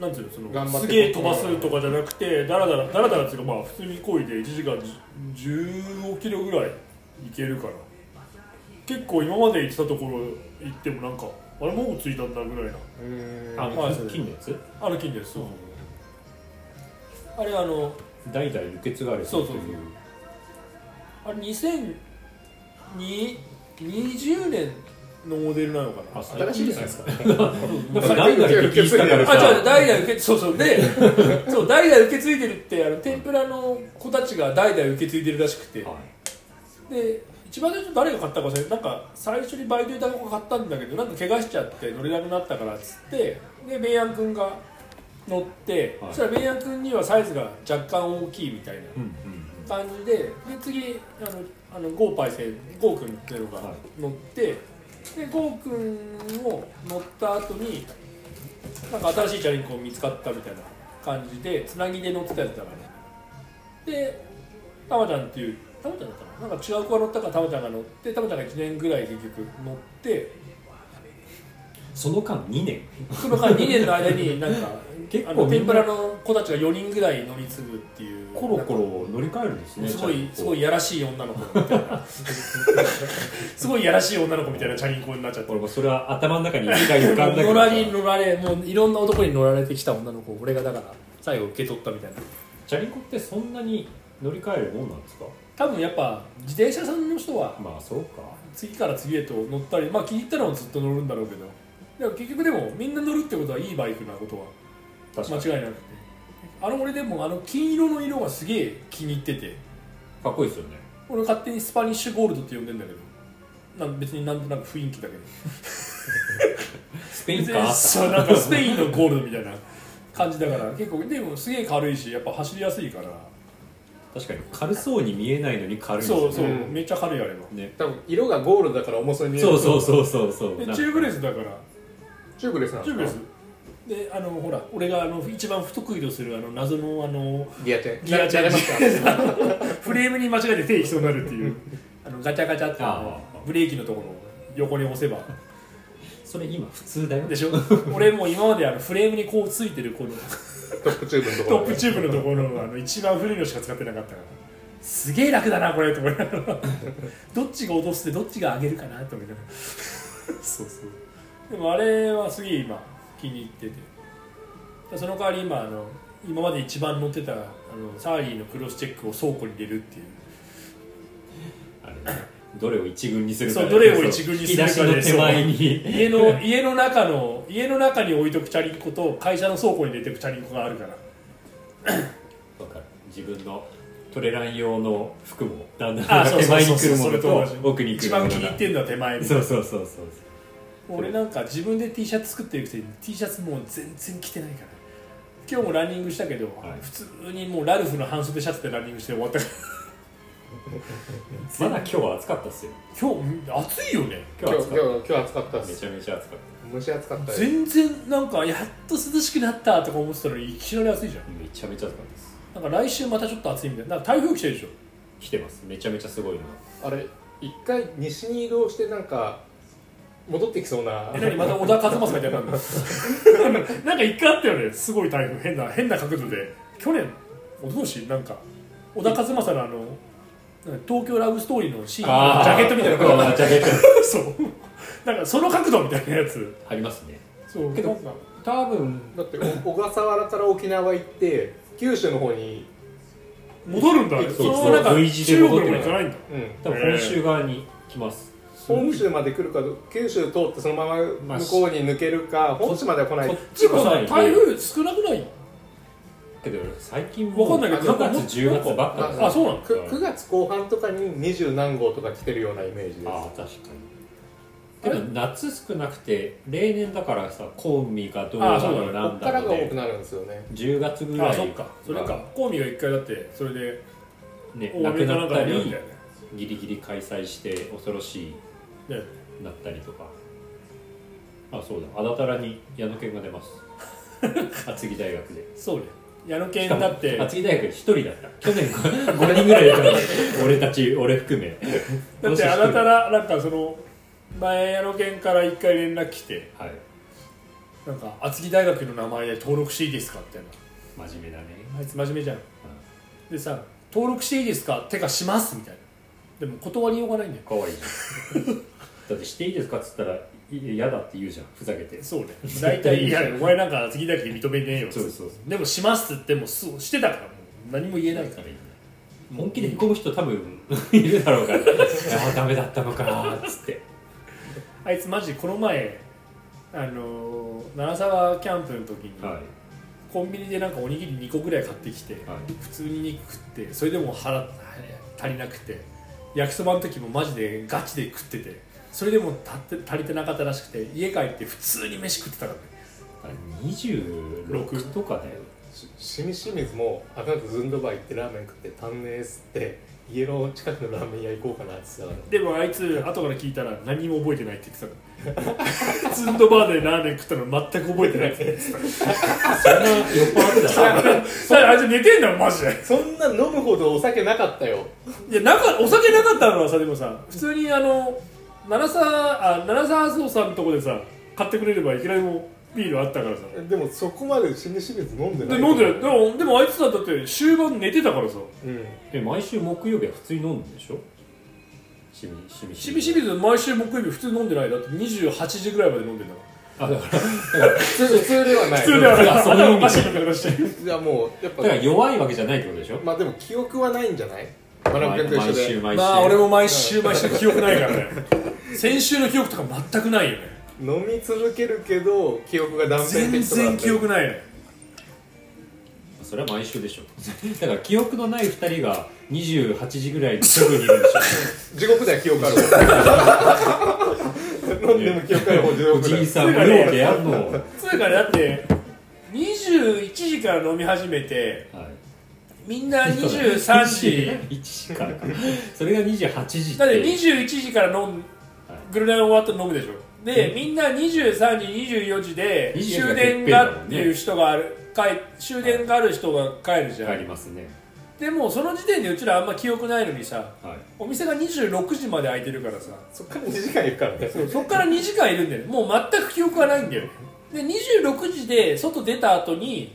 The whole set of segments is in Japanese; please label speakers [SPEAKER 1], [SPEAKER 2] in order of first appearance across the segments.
[SPEAKER 1] なんていうのその
[SPEAKER 2] 頑張って
[SPEAKER 1] すげえ飛ばすとかじゃなくてだらだらだらだらっていうかまあ普通に漕いで1時間15キロぐらい行けるから結構今まで行ってたところ行ってもなんかあれもう着いたんだぐらいな
[SPEAKER 2] え
[SPEAKER 3] あ
[SPEAKER 2] ー
[SPEAKER 3] の金金のやつ
[SPEAKER 1] あの近所ですそうあれあの
[SPEAKER 3] 代々受け継がれてる
[SPEAKER 1] そうそうそうあれ2020年のモデルなのかな
[SPEAKER 3] あ
[SPEAKER 2] 新しいじゃないですか
[SPEAKER 3] なんか代々受け継いだから
[SPEAKER 1] あ、じゃあ
[SPEAKER 3] さ
[SPEAKER 1] 代々受けそうそうで そう代々受け継いでるってあの天ぷらの子たちが代々受け継いでるらしくて
[SPEAKER 3] はい
[SPEAKER 1] で一番最初誰が買ったか忘れなんか最初にバイトいた子が買ったんだけどなんか怪我しちゃって乗れなくなったからっつってでベイヤン君が乗って、
[SPEAKER 3] はい
[SPEAKER 1] そしたらベイヤン君にはサイズが若干大きいみたいな
[SPEAKER 3] うんうん
[SPEAKER 1] 感じでで次あのあのゴーパイセンゴー君っていうの
[SPEAKER 3] は
[SPEAKER 1] が
[SPEAKER 3] い
[SPEAKER 1] 乗って、でゴー君を乗った後になんか新しいチャリンコ見つかったみたいな感じでつなぎで乗ってたやつだからねでたまちゃんっていうたまちゃんだったのなんか違う子が乗ったからたまちゃんが乗ってたまちゃんが1年ぐらい結局乗って
[SPEAKER 3] その間2年
[SPEAKER 1] その間2年の間になんか
[SPEAKER 3] 結構
[SPEAKER 1] あの
[SPEAKER 3] みん
[SPEAKER 1] 天ぷ
[SPEAKER 3] な
[SPEAKER 1] らの子たちが4人ぐらい乗り継ぐっていう
[SPEAKER 3] コロコロ乗り換えるんですね
[SPEAKER 1] すごいすご
[SPEAKER 3] い
[SPEAKER 1] いやらしい女 の子みたいなすごいやらしい女の子みたいなチャリンコになっちゃって
[SPEAKER 3] 俺もそれは頭の中に一回浮かんだけ
[SPEAKER 1] 野
[SPEAKER 3] ど
[SPEAKER 1] 良に乗られもういろんな男に乗られてきた女の子を俺がだから最後受け取ったみたいな
[SPEAKER 3] チャリンコってそんなに乗り換えるもんなんですか
[SPEAKER 1] 多分やっぱ自転車さんの人は
[SPEAKER 3] まあそうか
[SPEAKER 1] 次から次へと乗ったりまあ気に入ったのはずっと乗るんだろうけどでも結局でもみんな乗るってことはいいバイクなことは
[SPEAKER 3] 確か
[SPEAKER 1] 間
[SPEAKER 3] に
[SPEAKER 1] 違いなくてあの俺でもあの金色の色がすげえ気に入ってて
[SPEAKER 3] かっこいいですよね
[SPEAKER 1] 俺勝手にスパニッシュゴールドって呼んでんだけどなん別になんとなく雰囲気だけど
[SPEAKER 3] スペインかあっ
[SPEAKER 1] そうなんかスペインのゴールドみたいな感じだから結構でもすげえ軽いしやっぱ走りやすいから
[SPEAKER 3] た確かに軽そうに見えないのに軽いんですよ
[SPEAKER 1] そうそう、
[SPEAKER 3] ね
[SPEAKER 2] うん
[SPEAKER 1] めっちゃ軽いあれは
[SPEAKER 3] ね
[SPEAKER 2] 多分色がゴールドだから重そうに見える
[SPEAKER 3] そうそうそうそうそ
[SPEAKER 1] で
[SPEAKER 3] うなんか
[SPEAKER 1] チューブレスだから
[SPEAKER 2] チューブレスなん
[SPEAKER 1] チ
[SPEAKER 2] で
[SPEAKER 1] ュー
[SPEAKER 2] す
[SPEAKER 1] ブレス
[SPEAKER 2] か
[SPEAKER 1] であのほら俺があの一番不得意とするあの謎のあの
[SPEAKER 2] ギアチェン
[SPEAKER 1] ギアチェン
[SPEAKER 2] 流れますか
[SPEAKER 1] フレームに間違えて手行きそうになるっていうあのガチャガチャってあの
[SPEAKER 3] あ
[SPEAKER 1] ブレーキのところを横に押せば
[SPEAKER 3] それ今普通だよ
[SPEAKER 1] でしょ俺もう今まであのフレームにこうついてるこの
[SPEAKER 2] トップチューブのところ
[SPEAKER 1] トップチューブのところのあの一番古いのしか使ってなかったからすげえ楽だなこれと思いながらどっちが落としてどっちが上げるかなと思いながらそうそうでもあれはすげえ今気に入っててその代わり今あの今まで一番乗ってたあのサーリーのクロスチェックを倉庫に入れるっていう
[SPEAKER 3] あれねどれを一軍にするか
[SPEAKER 1] そうどれを一軍にするかで
[SPEAKER 3] そう引き出しの手前に
[SPEAKER 1] 家 の家の中の家の中に置いとくチャリンコと会社の倉庫に入れてくチャリンコがあるから
[SPEAKER 3] わかる自分のトレラン用の服もだんだん
[SPEAKER 1] あそう
[SPEAKER 3] 手
[SPEAKER 1] そう
[SPEAKER 3] 前に
[SPEAKER 1] そう
[SPEAKER 3] 来るも
[SPEAKER 1] それ
[SPEAKER 3] の
[SPEAKER 1] と
[SPEAKER 3] と
[SPEAKER 1] 同じ
[SPEAKER 3] 奥に来
[SPEAKER 1] 一
[SPEAKER 3] るも
[SPEAKER 1] 番
[SPEAKER 3] の
[SPEAKER 1] 気に入ってるのは手前みたいな
[SPEAKER 3] そうそうそうそう
[SPEAKER 1] 俺なんか自分で T シャツ作ってるくせに T シャツもう全然着てないから今日もランニングしたけど、
[SPEAKER 3] はい
[SPEAKER 1] 普通にもうラルフの半袖シャツでランニングして終わったか
[SPEAKER 3] まだ今日は暑かったっすよ
[SPEAKER 1] ら今日暑いよね
[SPEAKER 3] 今
[SPEAKER 2] 今
[SPEAKER 3] 日
[SPEAKER 2] 日
[SPEAKER 3] は
[SPEAKER 2] 今
[SPEAKER 3] 暑
[SPEAKER 2] 日
[SPEAKER 3] かっ
[SPEAKER 2] 今日暑かったった
[SPEAKER 3] め
[SPEAKER 2] す
[SPEAKER 3] ちゃめちゃ暑かった
[SPEAKER 2] 蒸し暑かったです
[SPEAKER 1] 全然なんかやっと涼しくなったとか思ってたのにいきなり暑いじゃ
[SPEAKER 3] めちゃめちゃ暑かったです
[SPEAKER 1] んなんか来週またちょっと暑いみたいななんか台風来て るでしょ
[SPEAKER 3] 来てますめちゃめちゃすごいの
[SPEAKER 2] あれ一回西に移動してなんか戻ってきそうな
[SPEAKER 1] え何また小田和正みたいになるの なんか一回あったよねすごい台風変な変な角度で去年おととしなんか小田和正のあのなんか東京ラブストーリーのシーンのジャケットみたいな
[SPEAKER 3] のジャケット
[SPEAKER 1] そうなんかその角度みたいなやつ
[SPEAKER 3] ありますね
[SPEAKER 1] そう
[SPEAKER 2] けど
[SPEAKER 1] なんか
[SPEAKER 3] 多分
[SPEAKER 2] だってお小笠原から沖縄行って九州の方に、
[SPEAKER 1] 戻るんだあれ
[SPEAKER 3] そう
[SPEAKER 1] のままなんか
[SPEAKER 3] そう V 字で戻って
[SPEAKER 1] 中
[SPEAKER 3] る
[SPEAKER 1] 国の方行かないんだ
[SPEAKER 2] うん、
[SPEAKER 3] 多分本州側に来ます
[SPEAKER 2] 本州まで来るかど九州通ってそのまま向こうに抜けるか本州までは来ない
[SPEAKER 3] こっ
[SPEAKER 1] ち
[SPEAKER 3] ち
[SPEAKER 1] ゅうか
[SPEAKER 3] こ
[SPEAKER 1] さ
[SPEAKER 3] ない
[SPEAKER 1] 台風少なくない
[SPEAKER 3] けど最近
[SPEAKER 1] わか
[SPEAKER 3] も
[SPEAKER 1] ん
[SPEAKER 3] う
[SPEAKER 1] ないけど
[SPEAKER 3] 9月10月ばっかだ
[SPEAKER 2] ま
[SPEAKER 1] あそうなの
[SPEAKER 2] く9月後半とかに二十何号とか来てるようなイメージです
[SPEAKER 3] ああ確かにでも夏少なくて例年だからさコンミかどうだ
[SPEAKER 1] あそうだ
[SPEAKER 3] ろ
[SPEAKER 1] ね
[SPEAKER 2] こ
[SPEAKER 3] うなん
[SPEAKER 2] っから
[SPEAKER 3] だ
[SPEAKER 2] が
[SPEAKER 3] ろ
[SPEAKER 2] 多
[SPEAKER 3] う
[SPEAKER 2] くなるんですよね
[SPEAKER 3] 10月ぐ
[SPEAKER 1] あ
[SPEAKER 3] ら
[SPEAKER 1] そっ
[SPEAKER 3] い
[SPEAKER 1] かそれかコーミーが一回だってそれで
[SPEAKER 3] ね
[SPEAKER 1] 大
[SPEAKER 3] な
[SPEAKER 1] 雨
[SPEAKER 3] く
[SPEAKER 1] かな
[SPEAKER 3] なんっ
[SPEAKER 1] かで
[SPEAKER 3] た
[SPEAKER 1] やるん
[SPEAKER 3] り
[SPEAKER 1] だよね
[SPEAKER 3] ギリギリ開催して恐ろし
[SPEAKER 1] ね
[SPEAKER 3] いなったりとかあそうだあだたらに矢野健が出ます 厚木大学で
[SPEAKER 1] そうね矢野
[SPEAKER 3] し
[SPEAKER 1] 犬
[SPEAKER 3] かも
[SPEAKER 1] だって
[SPEAKER 3] 厚木大学一人だった去年5人ぐらいいたのに俺たち俺含め
[SPEAKER 1] だってあなたらなんかその前矢野犬から一回連絡来て
[SPEAKER 3] はい
[SPEAKER 1] なんか厚木大学の名前で登録していいですかみたいな
[SPEAKER 3] 真面目だね
[SPEAKER 1] あいつ真面目じゃんでさ登録していいですかてかしますみたいなでも断りようがないんだよ
[SPEAKER 3] 可愛い じゃんだってしていいですかっつったらいいや嫌だって言うじゃんふざけて
[SPEAKER 1] そうね大体いやお前なんか厚木大学で認めねえよ
[SPEAKER 3] そうそうそう
[SPEAKER 1] でもしますって言ってもすしてたからもう何も言えないから
[SPEAKER 3] 本気でへこむ人多分 いるだろうからああダメだったのかなっつって
[SPEAKER 1] あいつマジこの前あのー七沢キャンプの時に、
[SPEAKER 3] は
[SPEAKER 1] コンビニでなんかおにぎり2個ぐらい買ってきて、
[SPEAKER 3] いはい
[SPEAKER 1] 普通に肉食ってそれでも腹足りなくて焼きそばの時もマジでガチで食っててそれでも足って足りてなかったらしくて家帰って普通に飯食ってたからね
[SPEAKER 3] あ26とかだよ
[SPEAKER 2] ししみしみずもあなたずんどば行ってラーメン食って足んねえっすって家の近くのラーメン屋行こうかなって言ってたか
[SPEAKER 1] でもあいつ後から聞いたら何も覚えてないって言ってたからツンドバーでラーメン食ったの全く覚えてないって言ってたか
[SPEAKER 3] そんな酔っ払ってたら
[SPEAKER 1] らあいつ寝てんだもんマジで
[SPEAKER 2] らそんな飲むほどお酒なかったよ
[SPEAKER 1] いやなんかお酒なかったのはさでもさ普通にあの七沢あ七沢荘さんのとこでさ買ってくれればいくらでもビールあったからさ
[SPEAKER 2] でもそこまでしみしみず飲んでな
[SPEAKER 1] で
[SPEAKER 2] い
[SPEAKER 1] 飲んでないでもでもあいつだって終盤寝てたからさ
[SPEAKER 2] うん
[SPEAKER 3] え毎週木曜日は普通に飲んでるでしょしみしみ
[SPEAKER 1] しみしみず毎週木曜日普通飲んでないだって28時ぐらいまで飲んでんだから
[SPEAKER 3] あだから
[SPEAKER 2] 普通普通ではない
[SPEAKER 1] 普通ではない
[SPEAKER 3] あそういう意味
[SPEAKER 1] 頭おかしいのかして
[SPEAKER 2] いやもうやっぱ
[SPEAKER 3] だから弱いわけじゃないってことでしょ
[SPEAKER 2] まあでも記憶はないんじゃないマラ
[SPEAKER 3] 毎
[SPEAKER 2] ブキャと
[SPEAKER 3] 毎
[SPEAKER 2] 一緒
[SPEAKER 3] 週
[SPEAKER 2] で
[SPEAKER 3] 毎週
[SPEAKER 1] まあ俺も毎週毎週記憶ないからね先週の記憶とか全くないよね
[SPEAKER 2] 飲み続けるけど記憶が断片
[SPEAKER 1] 全
[SPEAKER 2] 的とかだ
[SPEAKER 1] 然
[SPEAKER 2] った
[SPEAKER 1] 記
[SPEAKER 2] よ
[SPEAKER 1] 憶ないね
[SPEAKER 3] それは毎週でしょ だから記憶のない2人が28時ぐらいにすぐにいるんでし
[SPEAKER 2] 地獄では記憶ある もん飲んでも記憶ある方地
[SPEAKER 3] ょお
[SPEAKER 2] 獄だ
[SPEAKER 3] じい
[SPEAKER 2] よ
[SPEAKER 3] さん無料でやんのはい
[SPEAKER 1] つうかねだって21時から飲み始めてみんな23時
[SPEAKER 3] 1時からかそれが28時って
[SPEAKER 1] だって21時から飲ん
[SPEAKER 3] はい
[SPEAKER 1] ぐらい終わったら飲むでしょでみんな23時24時で
[SPEAKER 3] 24
[SPEAKER 1] 終電がっていう人がある帰終電がある人が帰るじゃん、
[SPEAKER 3] ありますね
[SPEAKER 1] でもその時点でうちらあんま記憶ないのにさ
[SPEAKER 3] はい
[SPEAKER 1] お店が26時まで開いてるからさ
[SPEAKER 2] そっから2時間いくからね
[SPEAKER 1] そうそっから2時間いるんだよもう全く記憶がないんだよで26時で外出た後に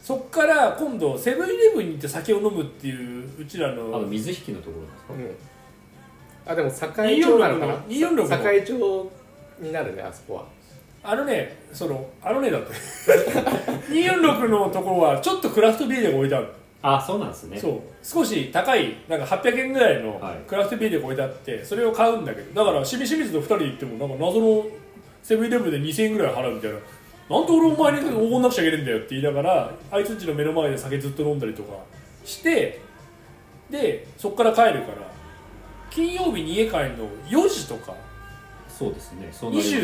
[SPEAKER 1] そっから今度セブンイレブンに行って酒を飲むっていううちら
[SPEAKER 3] あの
[SPEAKER 1] の
[SPEAKER 3] 水引きのところですか
[SPEAKER 2] うんあでも栄町なのかな
[SPEAKER 1] 246の246の
[SPEAKER 2] 栄町になるねあそこは
[SPEAKER 1] あのねそのあのねだって 246のところはちょっとクラフトビールが置いてある
[SPEAKER 3] あそうなんですね
[SPEAKER 1] そう少し高いなんか800円ぐらいの
[SPEAKER 3] はい
[SPEAKER 1] クラフトビールが置いてあってそれを買うんだけどだからしみしみずと2人で行ってもなんか謎のセブンイレブンで2000円ぐらい払うみたいななんで俺お前におごんなくちゃいけねえんだよって言いながらあいつんちの目の前で酒ずっと飲んだりとかしてでそっから帰るから金曜日に家帰るの4時とか
[SPEAKER 3] そうですねそうなります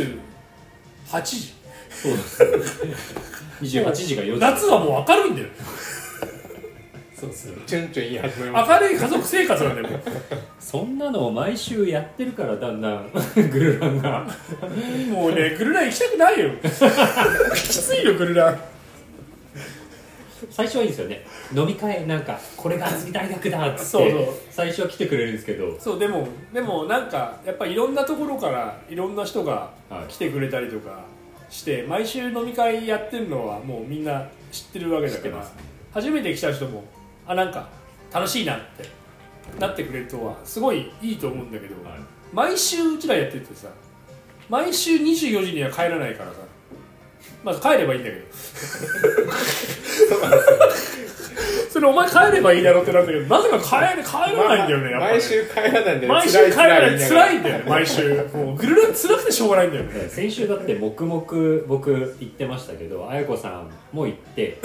[SPEAKER 1] 28時
[SPEAKER 3] そうですね28時が4時
[SPEAKER 1] 夏はもう明るいんだよ
[SPEAKER 3] そうですね
[SPEAKER 2] チュンチュン言い始めます
[SPEAKER 1] 明るい家族生活なんだよもう
[SPEAKER 3] そんなのを毎週やってるからだんだん グルランが
[SPEAKER 1] もうね、グルラン行きたくないよ。 きついよ、グルラン。
[SPEAKER 3] 最初はいいんですよね飲み会なんかこれが厚木大学だっつって
[SPEAKER 1] そうそう
[SPEAKER 3] 最初は来てくれるんですけど
[SPEAKER 1] そう、でも、でも、なんか、やっぱいろんなところから、いろんな人が
[SPEAKER 3] はい
[SPEAKER 1] 来てくれたりとかして、毎週飲み会やってるのは、もうみんな知ってるわけだから、
[SPEAKER 3] ね
[SPEAKER 1] 初めて来た人も、あ、なんか、楽しいなってなってくれるとは、すごいいいと思うんだけど、
[SPEAKER 3] はい
[SPEAKER 1] 毎週うちらやっててさ、毎週24時には帰らないからさ、まあ、帰ればいいんだけど。それお前帰ればいいだろってなったけどなぜか帰れ帰らないんだよねやっぱり
[SPEAKER 2] 毎週帰らないんだよね
[SPEAKER 1] 毎週帰らない
[SPEAKER 2] 辛い
[SPEAKER 1] 辛
[SPEAKER 2] 辛
[SPEAKER 1] い
[SPEAKER 2] い
[SPEAKER 1] んだよね毎週もうぐるるん辛くてしょうがないんだよね
[SPEAKER 3] 先週だって黙々僕行ってましたけど綾子さんも行って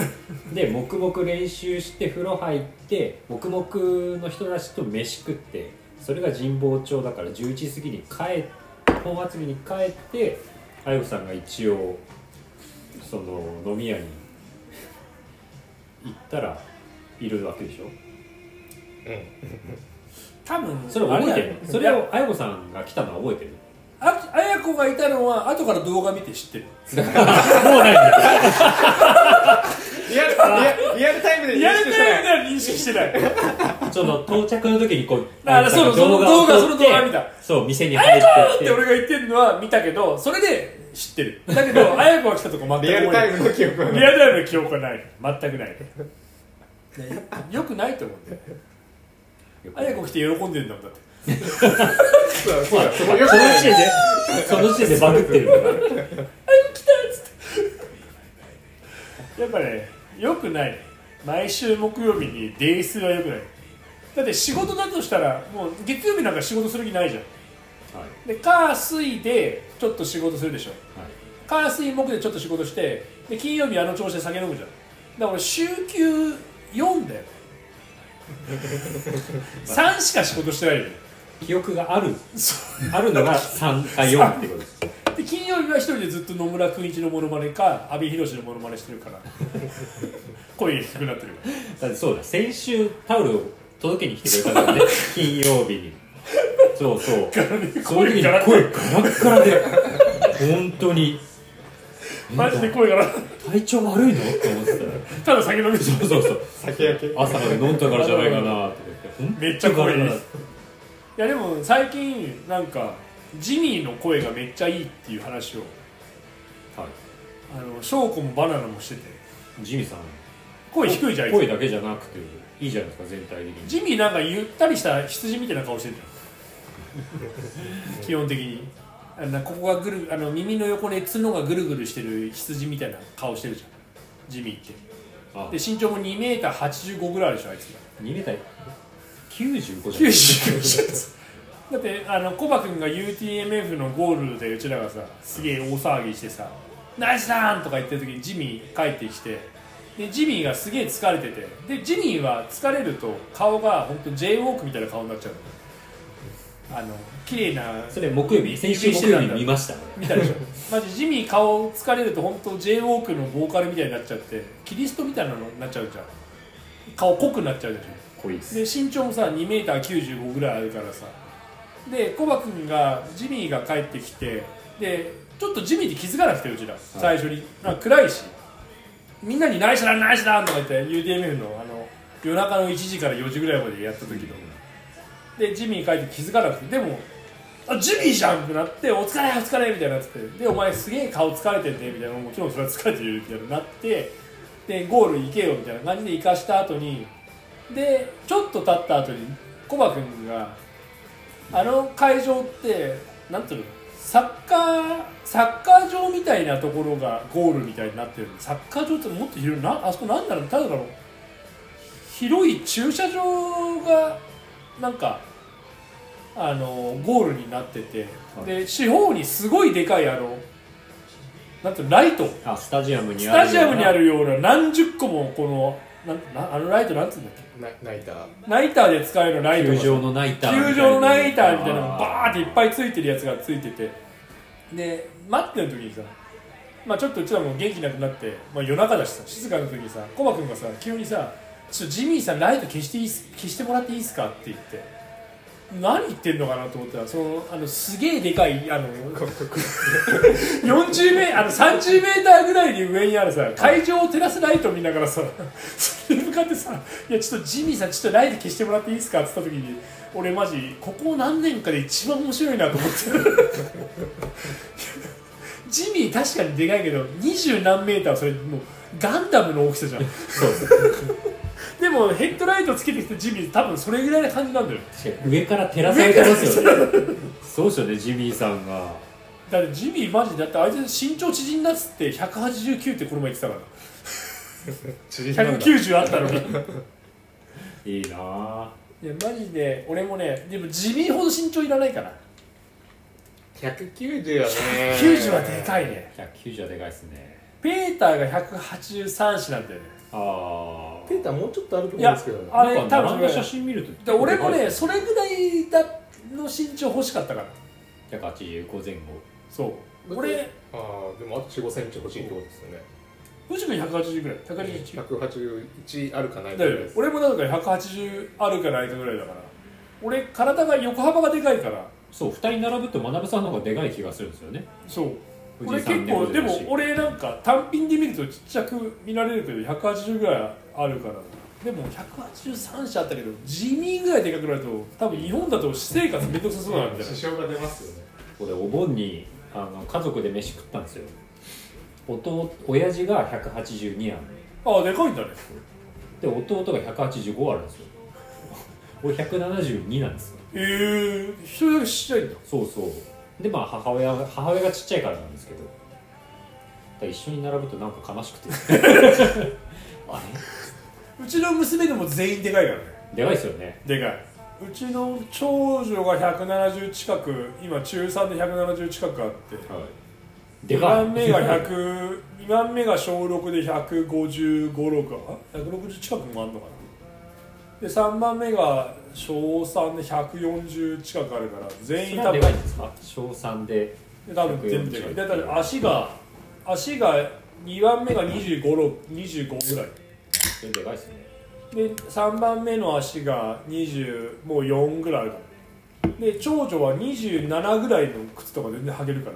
[SPEAKER 3] で黙々練習して風呂入って黙々の人たちと飯食ってそれが神保町だから11時過ぎに帰っ本厚木に帰って綾子さんが一応その飲み屋に行ったらいるわけでしょ
[SPEAKER 1] 多分
[SPEAKER 3] それ覚えてる
[SPEAKER 1] あ
[SPEAKER 3] そ
[SPEAKER 1] だ
[SPEAKER 3] れ
[SPEAKER 1] よいや
[SPEAKER 3] を綾子さんが来たのは覚えてる
[SPEAKER 1] あ綾子がいたのは後から動画見て知ってる
[SPEAKER 3] もうないんだ
[SPEAKER 2] リアルリアリアルタイムで認
[SPEAKER 1] や
[SPEAKER 2] 識
[SPEAKER 1] り
[SPEAKER 2] して
[SPEAKER 1] たい
[SPEAKER 2] な
[SPEAKER 1] み
[SPEAKER 2] い
[SPEAKER 1] たいな認識してない
[SPEAKER 3] その到着の時にこう
[SPEAKER 1] あ
[SPEAKER 3] 綾子さん
[SPEAKER 1] そ
[SPEAKER 3] が
[SPEAKER 1] うそうその動画
[SPEAKER 3] を撮っ
[SPEAKER 1] そ
[SPEAKER 3] て
[SPEAKER 1] の動画見た
[SPEAKER 3] そう店に入
[SPEAKER 1] 綾
[SPEAKER 3] って
[SPEAKER 1] 子っ
[SPEAKER 3] って
[SPEAKER 1] て俺が言ってるのは見たけどそれで知ってるだけど綾子が来たとこ全く
[SPEAKER 2] リアルタイ
[SPEAKER 1] ム
[SPEAKER 2] ムの記憶が
[SPEAKER 1] リアルタイムの記憶はない全く ない、ね、よくないと思うんだよ綾子来て喜んでるんだもんだって
[SPEAKER 2] そうそうだそこよく
[SPEAKER 3] その時点でその時点でバグってるんだから
[SPEAKER 1] やっぱねよくない毎週木曜日にデイスはよくないだって仕事だとしたらもう月曜日なんか仕事する気ないじゃん
[SPEAKER 3] はい
[SPEAKER 1] で火水でちょっと仕事するでしょ
[SPEAKER 3] はい
[SPEAKER 1] 火水木でちょっと仕事してで金曜日あの調子で酒飲むじゃんだから俺週休4だよ 3しか仕事してないよ
[SPEAKER 3] 記憶がある
[SPEAKER 1] そ
[SPEAKER 3] あるのが3か4ってことです
[SPEAKER 1] うで金曜日は一人でずっと野村君一のモノマネか阿部寛のモノマネしてるから 声が低くなってるから
[SPEAKER 3] だってそうだ先週タオルを届けに来てくれたんだよね金曜日にそうそうその時
[SPEAKER 1] 声
[SPEAKER 3] に
[SPEAKER 1] が
[SPEAKER 3] 声ガラッガラで本当に
[SPEAKER 1] マジで声がな
[SPEAKER 3] 体調悪いのって思ってたら
[SPEAKER 1] ただ酒飲みじゃん
[SPEAKER 3] そうそうそう
[SPEAKER 2] 酒焼け
[SPEAKER 3] 朝まで飲んだからじゃないかなって思って
[SPEAKER 1] めっちゃ
[SPEAKER 3] 本当
[SPEAKER 1] 声
[SPEAKER 3] に
[SPEAKER 1] で
[SPEAKER 3] ガラガラ
[SPEAKER 1] すいやでも最近なんかジミーの声がめっちゃいいっていう話を
[SPEAKER 3] は
[SPEAKER 1] あの翔子もバナナもしてて
[SPEAKER 3] いジミーさん
[SPEAKER 1] 声低いじゃんいつも
[SPEAKER 3] 声だけじゃなくていいじゃないですか全体的に
[SPEAKER 1] ジミーなんかゆったりした羊みたいな顔してるじゃん基本的にあのここがぐるあの耳の横で角がぐるぐるしてる羊みたいな顔してるじゃんジミーって
[SPEAKER 3] あ
[SPEAKER 1] で身長も 2m85 ぐらいあるでしょあいつが
[SPEAKER 3] 2メーター95じゃん
[SPEAKER 1] 95だってあのコバ君が UTMF のゴールでうちらがさすげえ大騒ぎしてさ「ナイスダーン!」とか言ってる時にジミー帰ってきてでジミーがすげえ疲れててでジミーは疲れると顔が本当 J ウォークみたいな顔になっちゃうのあの綺麗な
[SPEAKER 3] それ木曜日先週木曜日見ました
[SPEAKER 1] 見たでしょマジジミー顔疲れると本当 J ウォークのボーカルみたいになっちゃってキリストみたいなのになっちゃうじゃん顔濃くなっちゃうでしょ
[SPEAKER 3] 濃いです
[SPEAKER 1] で身長もさ 2m95 ぐらいあるからさでコバ君がジミーが帰ってきてでちょっとジミーって気づかなくてうちら、最初になんか暗いしみんなに「ナイスだナイスだ!」とか言って UDMF のあの夜中の1時から4時ぐらいまでやった時の、でジミー帰って気づかなくてでも「あジミーじゃん!」ってなって「お疲れお疲れ!」みたいになっててで「お前すげえ顔疲れてんね」みたいなもちろんそれは疲れてるみたいになってでゴール行けよみたいな感じで行かした後にでちょっと経った後にコバ君があの会場ってなんていうのサッカーサッカー場みたいなところがゴールみたいになってるサッカー場ってもっと広いなあそこなんだろうただだろう広い駐車場がなんかあのゴールになってて、
[SPEAKER 3] はい
[SPEAKER 1] で四方にすごいでかいあのなんていうのライト
[SPEAKER 3] あスタジアムに
[SPEAKER 1] ス
[SPEAKER 3] あ
[SPEAKER 1] タ
[SPEAKER 3] る
[SPEAKER 1] ジアムにあるような何十個もこのなんなあのライトなんつうんだっけ
[SPEAKER 2] な泣いた
[SPEAKER 1] ナイターで使えるライト
[SPEAKER 3] 球
[SPEAKER 1] が
[SPEAKER 3] 場のナイターみたいな
[SPEAKER 1] 球場のナイターみたいなのがバーっていっぱいついてるやつがついててで待ってる時にさまあちょっとうちらも元気なくなって、まあ、夜中だしさ静かな時にさコバ君がさ急にさ「ちょっとジミーさんライト消していいっす消してもらっていいですか?」って言って何言ってんのかなと思ったらそのあのすげえでかいあの40メあの30メーターぐらいに上にあるさ会場を照らすライトを見ながらさそれに向かってさ「いやちょっとジミーさんちょっとライト消してもらっていいですか?」って言った時に俺マジここ何年かで一番面白いなと思って ジミー確かにでかいけど二十何メーターそれもうガンダムの大きさじゃんでもヘッドライトつけてきたジミー多分それぐらいな感じなんだよ
[SPEAKER 3] 確かに上から照らされてますよねそうですよねジミーさんが
[SPEAKER 1] だってジミーマジでだってあいつ身長縮んだっつって189ってこの前言ってたから
[SPEAKER 2] 縮んだんだ
[SPEAKER 1] 190あったのに
[SPEAKER 3] いいなあ
[SPEAKER 1] いやマジで俺もねでもジミーほど身長いらないから
[SPEAKER 2] 190はね
[SPEAKER 1] 90はでかいね
[SPEAKER 3] 190はでかいですね
[SPEAKER 1] ペーターが183子なんだよね
[SPEAKER 3] あ
[SPEAKER 2] ペーターもうちょっとあると
[SPEAKER 1] い
[SPEAKER 2] 思うん
[SPEAKER 1] や
[SPEAKER 2] ですけどね
[SPEAKER 1] あれ
[SPEAKER 3] れ
[SPEAKER 1] 多
[SPEAKER 3] 多
[SPEAKER 1] 分
[SPEAKER 3] 分写真見ると
[SPEAKER 1] で俺もねそれぐらいだの身長欲しかったから
[SPEAKER 3] 185前後
[SPEAKER 1] そう俺
[SPEAKER 2] ああでもあと45センチ欲しいってことですよね
[SPEAKER 1] 藤君180ぐらい181
[SPEAKER 2] 181あるかない
[SPEAKER 1] だ
[SPEAKER 2] か
[SPEAKER 1] よ
[SPEAKER 2] ぐらい
[SPEAKER 1] ね
[SPEAKER 2] です
[SPEAKER 1] 俺もだから180あるかないかぐらいだから俺体が横幅がでかいから
[SPEAKER 3] そう2人並ぶと学さんの方がでかい気がするんですよね
[SPEAKER 1] そう
[SPEAKER 3] 藤
[SPEAKER 1] 俺
[SPEAKER 3] 井さん
[SPEAKER 1] 結構
[SPEAKER 3] 猫
[SPEAKER 1] で
[SPEAKER 3] 背だし
[SPEAKER 1] も俺なんか単品で見るとちっちゃく見られるけど180ぐらいあるからでも183社あったけど地味ぐらいでかくなると多分日本だと私生活めんどくさそうなんだよ
[SPEAKER 2] 支障が出ますよね
[SPEAKER 3] これお盆にあの家族で飯食ったんですよ弟親父が182ある
[SPEAKER 1] ああでかいんだね
[SPEAKER 3] で弟が185あるんですよ 俺172なんですよ
[SPEAKER 1] ええー、一人だけちっちゃいんだ
[SPEAKER 3] そうそうでまあ母親が母親がちっちゃいからなんですけどだから一緒に並ぶとなんか悲しくてあ
[SPEAKER 1] うちの娘でも全員でかいからね
[SPEAKER 3] れでかいですよね
[SPEAKER 1] でかいうちの長女が170近く今中3で170近くあって
[SPEAKER 3] はいで
[SPEAKER 1] 2
[SPEAKER 3] かい
[SPEAKER 1] 番目が100 2番目が小6で155160か160近くもあるのかなで3番目が小3で140近くあるから全
[SPEAKER 3] そ
[SPEAKER 1] 員
[SPEAKER 3] れ
[SPEAKER 1] 多
[SPEAKER 3] は
[SPEAKER 1] 分
[SPEAKER 3] でかいんですか小3で
[SPEAKER 1] で多分全部でかいでだから足が足が2番目が25 25ぐらい
[SPEAKER 3] それでかいですね
[SPEAKER 1] で3番目の足が20もう4ぐらいあるからで長女は27ぐらいの靴とか全然履けるから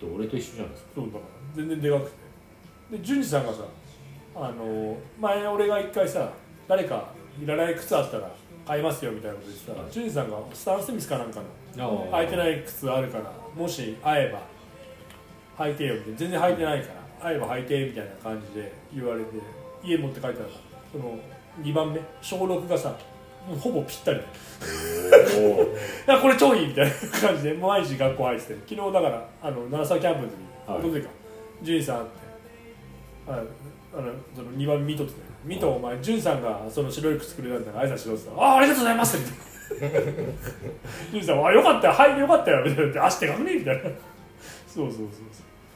[SPEAKER 3] ほんと俺と一緒じゃないですか
[SPEAKER 1] そうだから全然でかくてで淳二さんがさあの前俺が一回さ誰かいらない靴あったら買いますよみたいなこと言ってたら淳二さんがスタン・スミスかなんかの履いて
[SPEAKER 3] い
[SPEAKER 1] ない靴あるからもし会えば履いてよみたいな全然履いてないから会えば履いてみたいな感じで言われて家持って帰ったらその2番目小6がさもうほぼぴったりでいやこれ超いいみたいな感じで毎日学校入ってて昨日だからあの七沢キャンプの時に
[SPEAKER 3] はい
[SPEAKER 1] どうかジュンさん会ってああのその2番目見とってね見とお前ジュンさんがその白い靴くれたんだから挨拶しろって言ったらああありがとうございますみたいな ジュンさんはあよかったよはいよかったよみたいな足でかくねみたいなそうそうそうそう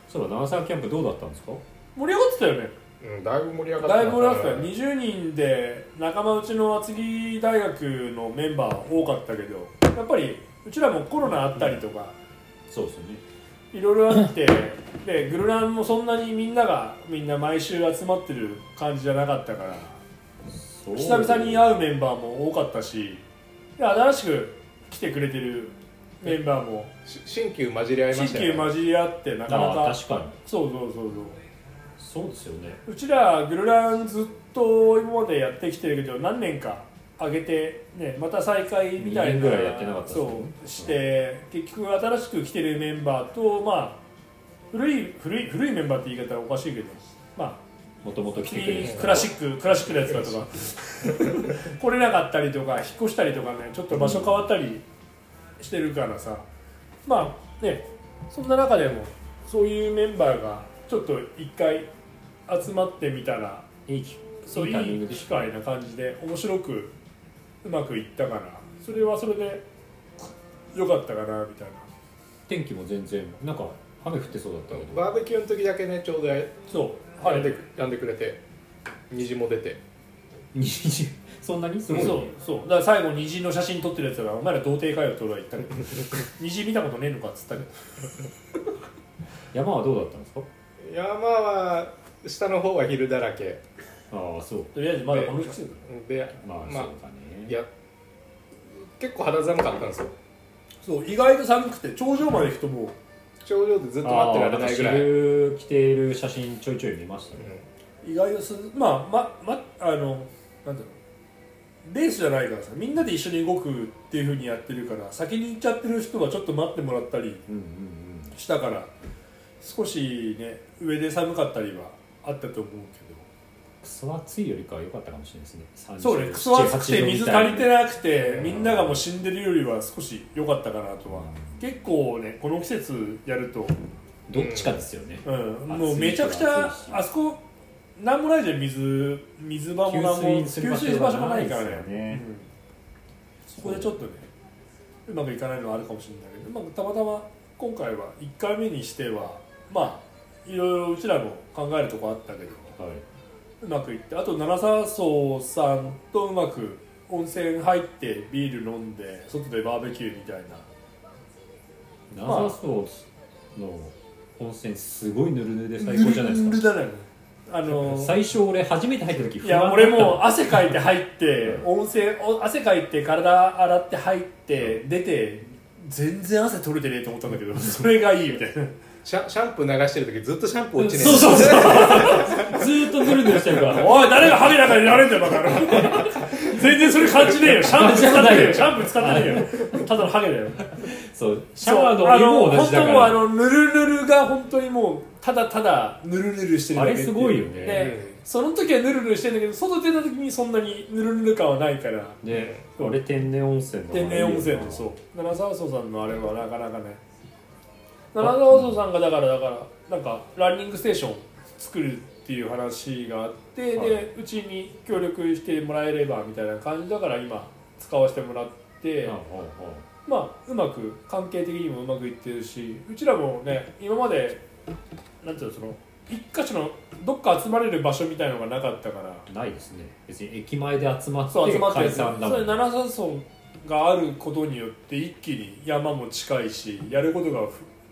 [SPEAKER 3] そういえば長沢キャンプどうだったんですか
[SPEAKER 1] 盛り上がってたよね
[SPEAKER 2] うん、だいぶ盛り上がった
[SPEAKER 1] だいぶ盛り上がってたよ20人で仲間うちの厚木大学のメンバー多かったけどやっぱりうちらもコロナあったりとか、
[SPEAKER 3] そうですよね
[SPEAKER 1] いろいろあってでグルランもそんなにみんながみんな毎週集まってる感じじゃなかったから
[SPEAKER 3] そう
[SPEAKER 1] 久々に会うメンバーも多かったしで新しく来てくれてるメンバーも
[SPEAKER 2] し新旧混じり合いま
[SPEAKER 1] 新
[SPEAKER 2] したよ
[SPEAKER 1] 旧混じり合ってなかな
[SPEAKER 3] あ
[SPEAKER 1] か
[SPEAKER 3] あ確か
[SPEAKER 1] そうそうそう
[SPEAKER 3] にそうですよね
[SPEAKER 1] そううちらグルランずっと今までやってきてるけど何年か上げて、ね、また再開みたい
[SPEAKER 3] 二年
[SPEAKER 1] な
[SPEAKER 3] ぐらいやってなかったですね
[SPEAKER 1] そうして結局新しく来てるメンバーとまあ古い古い古いメンバーって言い方はおかしいけどまあ
[SPEAKER 3] もともと来てくれる人が
[SPEAKER 1] クラシッククラシックのやつだとか来れなかったりとか引っ越したりとかねちょっと場所変わったりしてるからさまあねそんな中でもそういうメンバーがちょっと一回集まってみたら
[SPEAKER 3] いいき
[SPEAKER 1] そう
[SPEAKER 3] い
[SPEAKER 1] い
[SPEAKER 3] いタイミング
[SPEAKER 1] い
[SPEAKER 3] で
[SPEAKER 1] 機
[SPEAKER 3] したね
[SPEAKER 1] 会な感じで面白くうまくいったからそれはそれで良かったかなみたいな
[SPEAKER 3] 天気も全然なんか雨降ってそうだった けど
[SPEAKER 2] バーベキューの時だけねちょうどや
[SPEAKER 1] そう
[SPEAKER 2] やんで,、
[SPEAKER 1] い
[SPEAKER 2] やんでくれて虹も出て
[SPEAKER 3] 虹そんなにす
[SPEAKER 1] そ
[SPEAKER 3] ご
[SPEAKER 1] う
[SPEAKER 3] い
[SPEAKER 1] そうだから最後虹の写真撮ってるやつが「お前ら童貞かよ」って俺は言ったけ ど「虹見たことねえのか」っつったけど
[SPEAKER 3] 山はどうだったんですか
[SPEAKER 2] 山は下の方は昼だらけ
[SPEAKER 3] ああそう
[SPEAKER 1] とりあえずまだこの季節
[SPEAKER 2] で
[SPEAKER 3] まあ、
[SPEAKER 2] まあ
[SPEAKER 3] そうだね
[SPEAKER 2] いや結構肌寒かったんですよ
[SPEAKER 1] そう意外と寒くて頂上まで行くともう
[SPEAKER 2] 頂上でずっと待ってられないぐら
[SPEAKER 3] あ
[SPEAKER 2] い、
[SPEAKER 3] ー
[SPEAKER 2] うん
[SPEAKER 3] なんか着ている写真ちょいちょい見ましたね
[SPEAKER 1] 意外とすまあままあのなんだろうレースじゃないからさみんなで一緒に動くっていうふうにやってるから先に行っちゃってる人はちょっと待ってもらったり
[SPEAKER 3] うんうんうん
[SPEAKER 1] したから少しね上で寒かったりはあったと思うけ
[SPEAKER 3] クソ暑いよりかは良かったかもしれないですね
[SPEAKER 1] どそうねクソ暑くて水足りて
[SPEAKER 3] い
[SPEAKER 1] なくて
[SPEAKER 3] うん
[SPEAKER 1] みんながもう死んでるよりは少し良かったかなとは
[SPEAKER 3] うん
[SPEAKER 1] 結構ねこの季節やると
[SPEAKER 3] どっちかですよね、
[SPEAKER 1] うん、
[SPEAKER 3] 暑い
[SPEAKER 1] もうめちゃくちゃ
[SPEAKER 3] 暑いし
[SPEAKER 1] あそこなんもないじゃん水水場もなんも
[SPEAKER 3] 給水する場所が
[SPEAKER 1] 給水場所がないからね
[SPEAKER 3] ないですよね
[SPEAKER 1] うんそこでちょっとねうまくいかないのはあるかもしれないけど、まあ、たまたま今回は1回目にしてはまあいろいろうちらも考えるとこあったけど
[SPEAKER 3] はいう
[SPEAKER 1] まくいってあと七沢荘さんとうまく温泉入ってビール飲んで外でバーベキューみたいな
[SPEAKER 3] 長沢荘の温泉すごいぬるぬるで最高じゃないです
[SPEAKER 1] ぬる
[SPEAKER 3] か
[SPEAKER 1] だらけあのー
[SPEAKER 3] 最初俺初めて入った時
[SPEAKER 1] いや俺もう汗かいて入って
[SPEAKER 3] う
[SPEAKER 1] 温泉お汗かいて体洗って入って出て全然汗取れてねえと思ったんだけどそれがいいみたいな
[SPEAKER 2] シャシャンプー流してる時ずっとシャンプー落ちねえ
[SPEAKER 1] そうそうそう
[SPEAKER 3] ずーっとぬるぬくりしてるから
[SPEAKER 1] おい誰がハゲなんかになれんだよバカ野郎 全然それ感じねえよシャンプー使ってねえよシャンプー使ってねえよただのハゲだよ
[SPEAKER 3] そうシャワーのお湯も同じだか
[SPEAKER 1] そうあ
[SPEAKER 3] ら
[SPEAKER 1] の本当もうあのぬるぬるが本当にもうただただぬるぬるしてる
[SPEAKER 3] あ
[SPEAKER 1] だけっ
[SPEAKER 3] れ
[SPEAKER 1] てう
[SPEAKER 3] すごいよね
[SPEAKER 1] でその時はぬるぬるしてるんだけど外出た時にそんなにぬるぬる感はないから
[SPEAKER 3] であれ天然温泉だから
[SPEAKER 1] 天然温泉
[SPEAKER 3] いいよ
[SPEAKER 1] の
[SPEAKER 3] な
[SPEAKER 1] そう七沢荘さんのあれはなかなかね七沢荘さんがだからだからなんかランニングステーション作るっていう話があって、
[SPEAKER 3] はい
[SPEAKER 1] でうちに協力してもらえればみたいな感じだから今使わせてもらって、
[SPEAKER 3] うんうんうん
[SPEAKER 1] まあうまく関係的にもうまくいってるしうちらもね今までなんていうのその一箇所のどっか集まれる場所みたいのがなかったから
[SPEAKER 3] ないですね別に駅前で集まって
[SPEAKER 1] そう集まって
[SPEAKER 3] 解
[SPEAKER 1] るそ
[SPEAKER 3] 散だも
[SPEAKER 1] れ
[SPEAKER 3] ん
[SPEAKER 1] 七山村があることによって一気に山も近いしやることが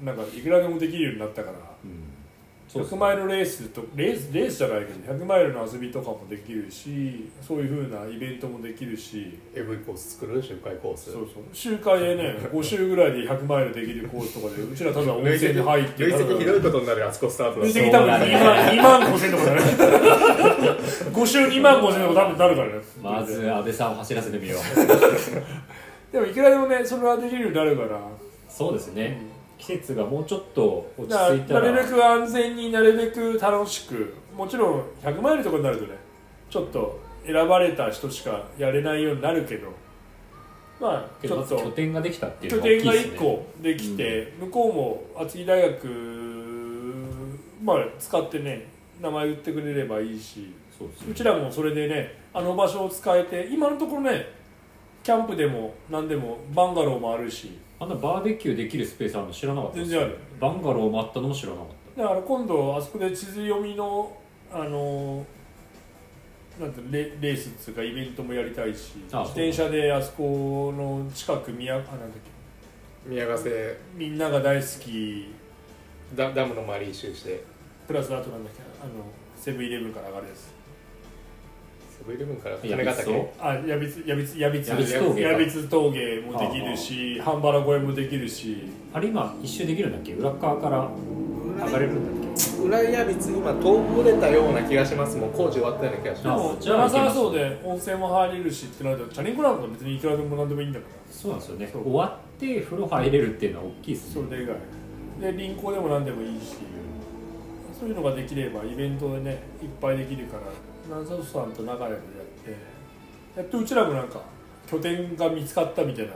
[SPEAKER 1] ふなんかいくらでもできるようになったから
[SPEAKER 3] うんそうです
[SPEAKER 1] 100
[SPEAKER 3] ね
[SPEAKER 1] マイルレースとレースレースじゃないけど100マイルの遊びとかもできるしそういうふうなイベントもできるし
[SPEAKER 2] エブリコース作る周回コース
[SPEAKER 1] そうそう周回でね5周ぐらいで100マイルできるコースとかでうちらただ温泉に入って
[SPEAKER 2] 累
[SPEAKER 1] ただ
[SPEAKER 2] 積ひどいことになるあそこスタートだ
[SPEAKER 1] 累
[SPEAKER 2] と
[SPEAKER 1] 積多分2万2万5000とかだね5周2万5000とか多分なるからね
[SPEAKER 3] まず安倍さんを走らせてみよう
[SPEAKER 1] でもいくらでもねそれはできるようになるから
[SPEAKER 3] そうですね
[SPEAKER 1] うん
[SPEAKER 3] 季節がもうちょっと落ち
[SPEAKER 1] な
[SPEAKER 3] 着いた
[SPEAKER 1] なるべ
[SPEAKER 3] ら
[SPEAKER 1] く安全になるべく楽しくもちろん100マイルとかになるとねちょっと選ばれた人しかやれないようになるけどまあ
[SPEAKER 3] け
[SPEAKER 1] ち
[SPEAKER 3] ど
[SPEAKER 1] ょ
[SPEAKER 3] ま
[SPEAKER 1] っ
[SPEAKER 3] ず拠
[SPEAKER 1] と
[SPEAKER 3] 点ができたっていう
[SPEAKER 1] 拠
[SPEAKER 3] のが
[SPEAKER 1] 点
[SPEAKER 3] 大きい
[SPEAKER 1] が
[SPEAKER 3] です
[SPEAKER 1] 1
[SPEAKER 3] ね
[SPEAKER 1] 個できて、向こうも厚木大学まあ使ってね名前売ってくれればいいし
[SPEAKER 3] そうですね
[SPEAKER 1] うちらもそれでねあの場所を使えて今のところねキャンプでも何でもバンガローもあるし
[SPEAKER 3] あんなバーベキューできるスペースあるの知らなかったです
[SPEAKER 1] 全然ある
[SPEAKER 3] バンガローもあったのも知らなかっ
[SPEAKER 1] だから今度あそこで地図読みのあのなんてレレースっていうかイベントもやりたいし
[SPEAKER 3] あ
[SPEAKER 1] 自転車であそこの近く宮あなんだっけ
[SPEAKER 2] 宮ヶ瀬
[SPEAKER 1] みんなが大好き
[SPEAKER 2] ダダムの周り一周して
[SPEAKER 1] プラスあとなんだっけあのセブンイレブンから流れです
[SPEAKER 2] セブンイレブンから
[SPEAKER 3] た
[SPEAKER 2] 金ヶ岳
[SPEAKER 3] そう
[SPEAKER 1] あやびつやびつやびつ
[SPEAKER 3] やびつ峠か
[SPEAKER 1] やびつ峠もできるし半原小屋もできるし
[SPEAKER 3] あれ今一周できるんだっけ裏側から上がれるんだっけ
[SPEAKER 2] 裏矢光今通れたような気がしますもう工事終わったような気がし
[SPEAKER 1] で
[SPEAKER 2] ま
[SPEAKER 1] も
[SPEAKER 3] じゃあ
[SPEAKER 1] 長沢荘で温泉も入れるしってなるとチャリンコなんか別にいくらでもなんでもいいんだから
[SPEAKER 3] そうなんですよね
[SPEAKER 1] そう
[SPEAKER 3] 終わって風呂入れるっていうのは大きいです
[SPEAKER 1] そ
[SPEAKER 3] ね
[SPEAKER 1] れ以外で輪行でも何でもいいしそういうのができればイベントでねいっぱいできるから南里さんと仲良くやってやっとうちらもなんか拠点が見つかったみたいな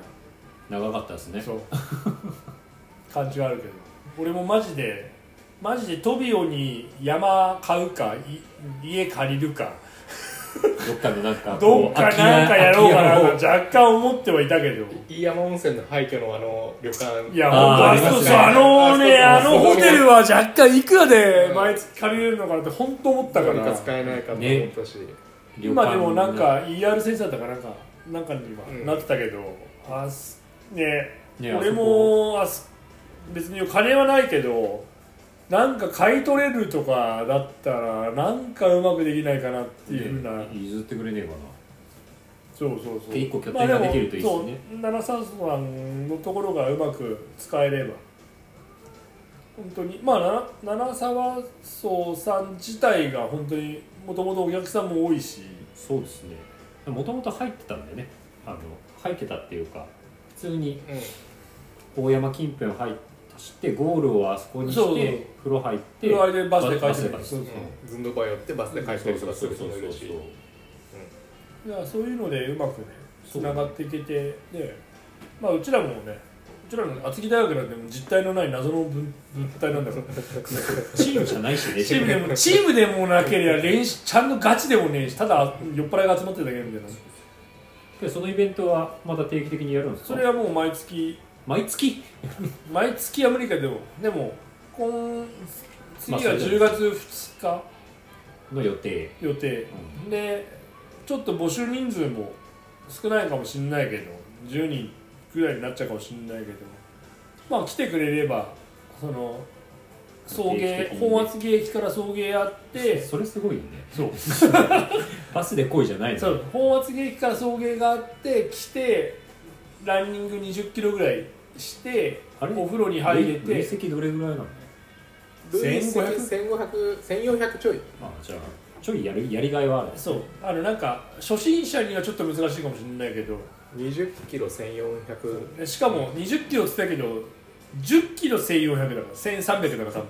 [SPEAKER 3] 長かったですね
[SPEAKER 1] そう感じがあるけど俺もマジでマジでトビオに山買うかい家借りるか
[SPEAKER 3] どっかのなんか
[SPEAKER 1] どっかなんかやろうかな
[SPEAKER 3] 空き家を
[SPEAKER 1] と若干思ってはいたけど
[SPEAKER 2] す飯山温泉の廃墟のあの旅館
[SPEAKER 1] いや、本
[SPEAKER 3] あー
[SPEAKER 1] 当
[SPEAKER 3] あ
[SPEAKER 1] あ
[SPEAKER 3] り
[SPEAKER 1] そ
[SPEAKER 3] ま
[SPEAKER 1] こ
[SPEAKER 3] す
[SPEAKER 1] そうそ
[SPEAKER 3] ね
[SPEAKER 1] うあのね、あ
[SPEAKER 2] あそ
[SPEAKER 1] の
[SPEAKER 2] こ
[SPEAKER 1] ホテルは若干いくらで
[SPEAKER 2] うん
[SPEAKER 1] 毎月借りれるのかなって本当思ったか。
[SPEAKER 2] 何から使えないかと思ったし、
[SPEAKER 3] 旅館
[SPEAKER 1] 今でもなんか ER センサーとかなんかなんかに
[SPEAKER 2] うん
[SPEAKER 1] はなってたけど、あすね
[SPEAKER 3] ね
[SPEAKER 1] 俺
[SPEAKER 3] あそこ
[SPEAKER 1] もあす別に金はないけど。なんか買い取れるとかだったらなんかうまくできないかなっていうふうな、
[SPEAKER 3] ね譲ってくれねえかな
[SPEAKER 1] そうそうそう
[SPEAKER 3] で一個拠点ができるといいですね
[SPEAKER 1] まあでもそう73さんのところがうまく使えれば本当にまあな七沢荘さん自体が本当にもともとお客さんも多いし
[SPEAKER 3] そうですねもともと入ってたんだよねあの入ってたっていうか普通に
[SPEAKER 2] うん
[SPEAKER 3] 大山近辺入ってゴールをあそこに
[SPEAKER 1] そうそう
[SPEAKER 3] して風呂入って
[SPEAKER 1] それでバスで帰
[SPEAKER 3] バ
[SPEAKER 1] って
[SPEAKER 3] ス
[SPEAKER 1] く
[SPEAKER 3] で
[SPEAKER 1] る
[SPEAKER 3] 帰っ
[SPEAKER 1] そう
[SPEAKER 3] て
[SPEAKER 1] そう
[SPEAKER 2] うんずんどば寄ってバスで帰ったりとかする人もいるし
[SPEAKER 1] だからそういうのでうまくねつ
[SPEAKER 3] そう
[SPEAKER 1] ながっていけてで、まあ、うちらもねうちらの厚木大学なんてもう実体のない謎の物物体なんだから
[SPEAKER 3] チームじゃないし ね
[SPEAKER 1] チームでもチームでもなければ練習ちゃんとガチでもねえしただ酔っ払いが集まってるだけみたいな
[SPEAKER 3] でそのイベントはまた定期的にやるんですか
[SPEAKER 1] それはもう毎月
[SPEAKER 3] 毎月
[SPEAKER 1] 毎月アメリカでもでも今次
[SPEAKER 3] ま
[SPEAKER 1] は
[SPEAKER 3] あそうだね
[SPEAKER 1] 10月2日
[SPEAKER 3] の予定、
[SPEAKER 1] 予定
[SPEAKER 3] う
[SPEAKER 1] でちょっと募集人数も少ないかもしれないけど10人ぐらいになっちゃうかもしれないけどまあ来てくれればその送
[SPEAKER 3] 定期
[SPEAKER 1] 迎
[SPEAKER 3] 的にね
[SPEAKER 1] 本厚木駅から送迎あって
[SPEAKER 3] それすごいよね
[SPEAKER 1] そう
[SPEAKER 3] バスで来いじゃないの
[SPEAKER 1] そう本厚木駅から送迎があって来てランニング2 0キロぐらいして
[SPEAKER 3] あれ
[SPEAKER 1] お風呂に入れ
[SPEAKER 3] 累累
[SPEAKER 1] て
[SPEAKER 3] 積どれぐらいなの
[SPEAKER 2] 1500
[SPEAKER 1] 1500
[SPEAKER 2] 1500 1400ちょい
[SPEAKER 3] あじゃあちょいやるやりがいはある
[SPEAKER 1] そうあのなんか初心者にはちょっと難しいかもしれないけど
[SPEAKER 2] 20キロ1400
[SPEAKER 1] えしかも20キロって言ったけど10キロ1400だから1300だから多分
[SPEAKER 3] は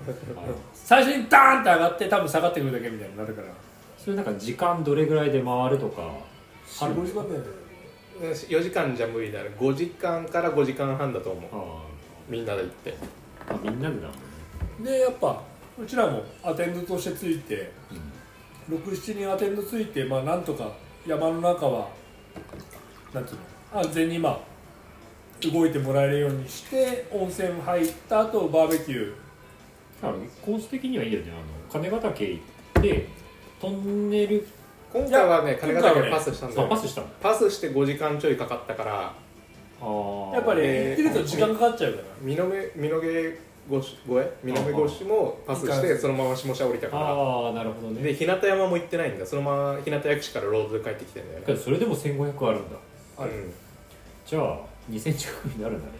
[SPEAKER 3] い
[SPEAKER 1] 最初にダーンって上がって多分下がってくるだけみたいになるから
[SPEAKER 3] それなんか時間どれぐらいで回るとかある
[SPEAKER 4] 45時間だよね
[SPEAKER 2] 4時間じゃ無理だね5時間から5時間半だと思う
[SPEAKER 3] あ
[SPEAKER 2] みんなで行って
[SPEAKER 3] ーあみんなでだもんね
[SPEAKER 1] でやっぱうちらもアテンドとしてついて67人アテンドついてまあなんとか山の中はなんていうの安全にまあ動いてもらえるようにして温泉入った後バーベキュー
[SPEAKER 3] だからコース的にはいいよねあの金ヶ岳行ってトンネル
[SPEAKER 2] 今回はね金ヶ
[SPEAKER 1] 今回はね
[SPEAKER 2] 岳パスしたんだ
[SPEAKER 3] そう
[SPEAKER 2] よ
[SPEAKER 3] パスしたの
[SPEAKER 2] パスして5時間ちょいかかったから
[SPEAKER 3] あー
[SPEAKER 1] やっぱり行ってると時間かかっちゃうから
[SPEAKER 2] 美濃目美濃毛越し越え美濃目越しもパスし
[SPEAKER 1] いいか
[SPEAKER 2] てそのまま下社降りたか
[SPEAKER 3] ああなるほど
[SPEAKER 2] ら
[SPEAKER 3] ね
[SPEAKER 2] で日向山も行ってないんだそのまま日向薬師からロードで帰ってきてんだよ
[SPEAKER 3] け
[SPEAKER 2] ね
[SPEAKER 3] どそれでも1500あるんだ
[SPEAKER 1] ある
[SPEAKER 2] うん
[SPEAKER 3] じゃあ2000近くになるんだね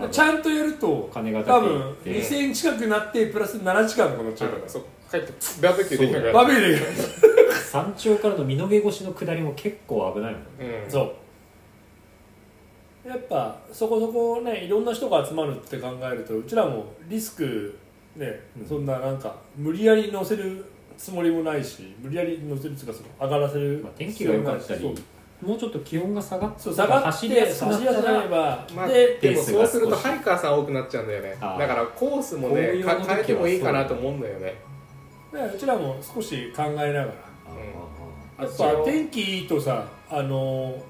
[SPEAKER 3] あの
[SPEAKER 1] ちゃんとやると
[SPEAKER 3] 金ヶ岳
[SPEAKER 1] 多
[SPEAKER 3] 行
[SPEAKER 1] 分
[SPEAKER 3] って
[SPEAKER 1] 2000近くなってプラス7時間とかなっちゃうか
[SPEAKER 2] あそう帰ってバーベキューできなからっ
[SPEAKER 1] バ
[SPEAKER 2] た
[SPEAKER 1] ーベキューでき
[SPEAKER 3] 山頂からの身の毛越しの下りも結構危ないもんね
[SPEAKER 2] うん
[SPEAKER 1] そうやっぱそこそこねいろんな人が集まるって考えるとうちらもリスクね、
[SPEAKER 3] うん
[SPEAKER 1] そんななんか無理やり乗せるつもりもないし無理やり乗せるっていうかその上がらせる、
[SPEAKER 3] まあ、天気が良かったり
[SPEAKER 1] そう
[SPEAKER 3] もうちょっと気温が下がっ
[SPEAKER 1] そう下がって
[SPEAKER 3] 走りやすくなった
[SPEAKER 1] 走りやす
[SPEAKER 3] ら
[SPEAKER 1] くなれば、
[SPEAKER 2] まあ
[SPEAKER 1] で
[SPEAKER 2] で
[SPEAKER 1] で
[SPEAKER 2] も
[SPEAKER 1] も
[SPEAKER 3] ペース
[SPEAKER 2] そうすると
[SPEAKER 3] 少し
[SPEAKER 2] ハイカーさん多くなっちゃうんだよね
[SPEAKER 3] あー
[SPEAKER 2] だからコースも
[SPEAKER 3] こう
[SPEAKER 2] ね
[SPEAKER 3] いうの
[SPEAKER 2] か
[SPEAKER 3] 時は
[SPEAKER 2] 変えてもいいかなと思うんだよね
[SPEAKER 1] うちらも少し考えながらやっ
[SPEAKER 3] あー
[SPEAKER 2] あ
[SPEAKER 1] ぱ天気いいとさあの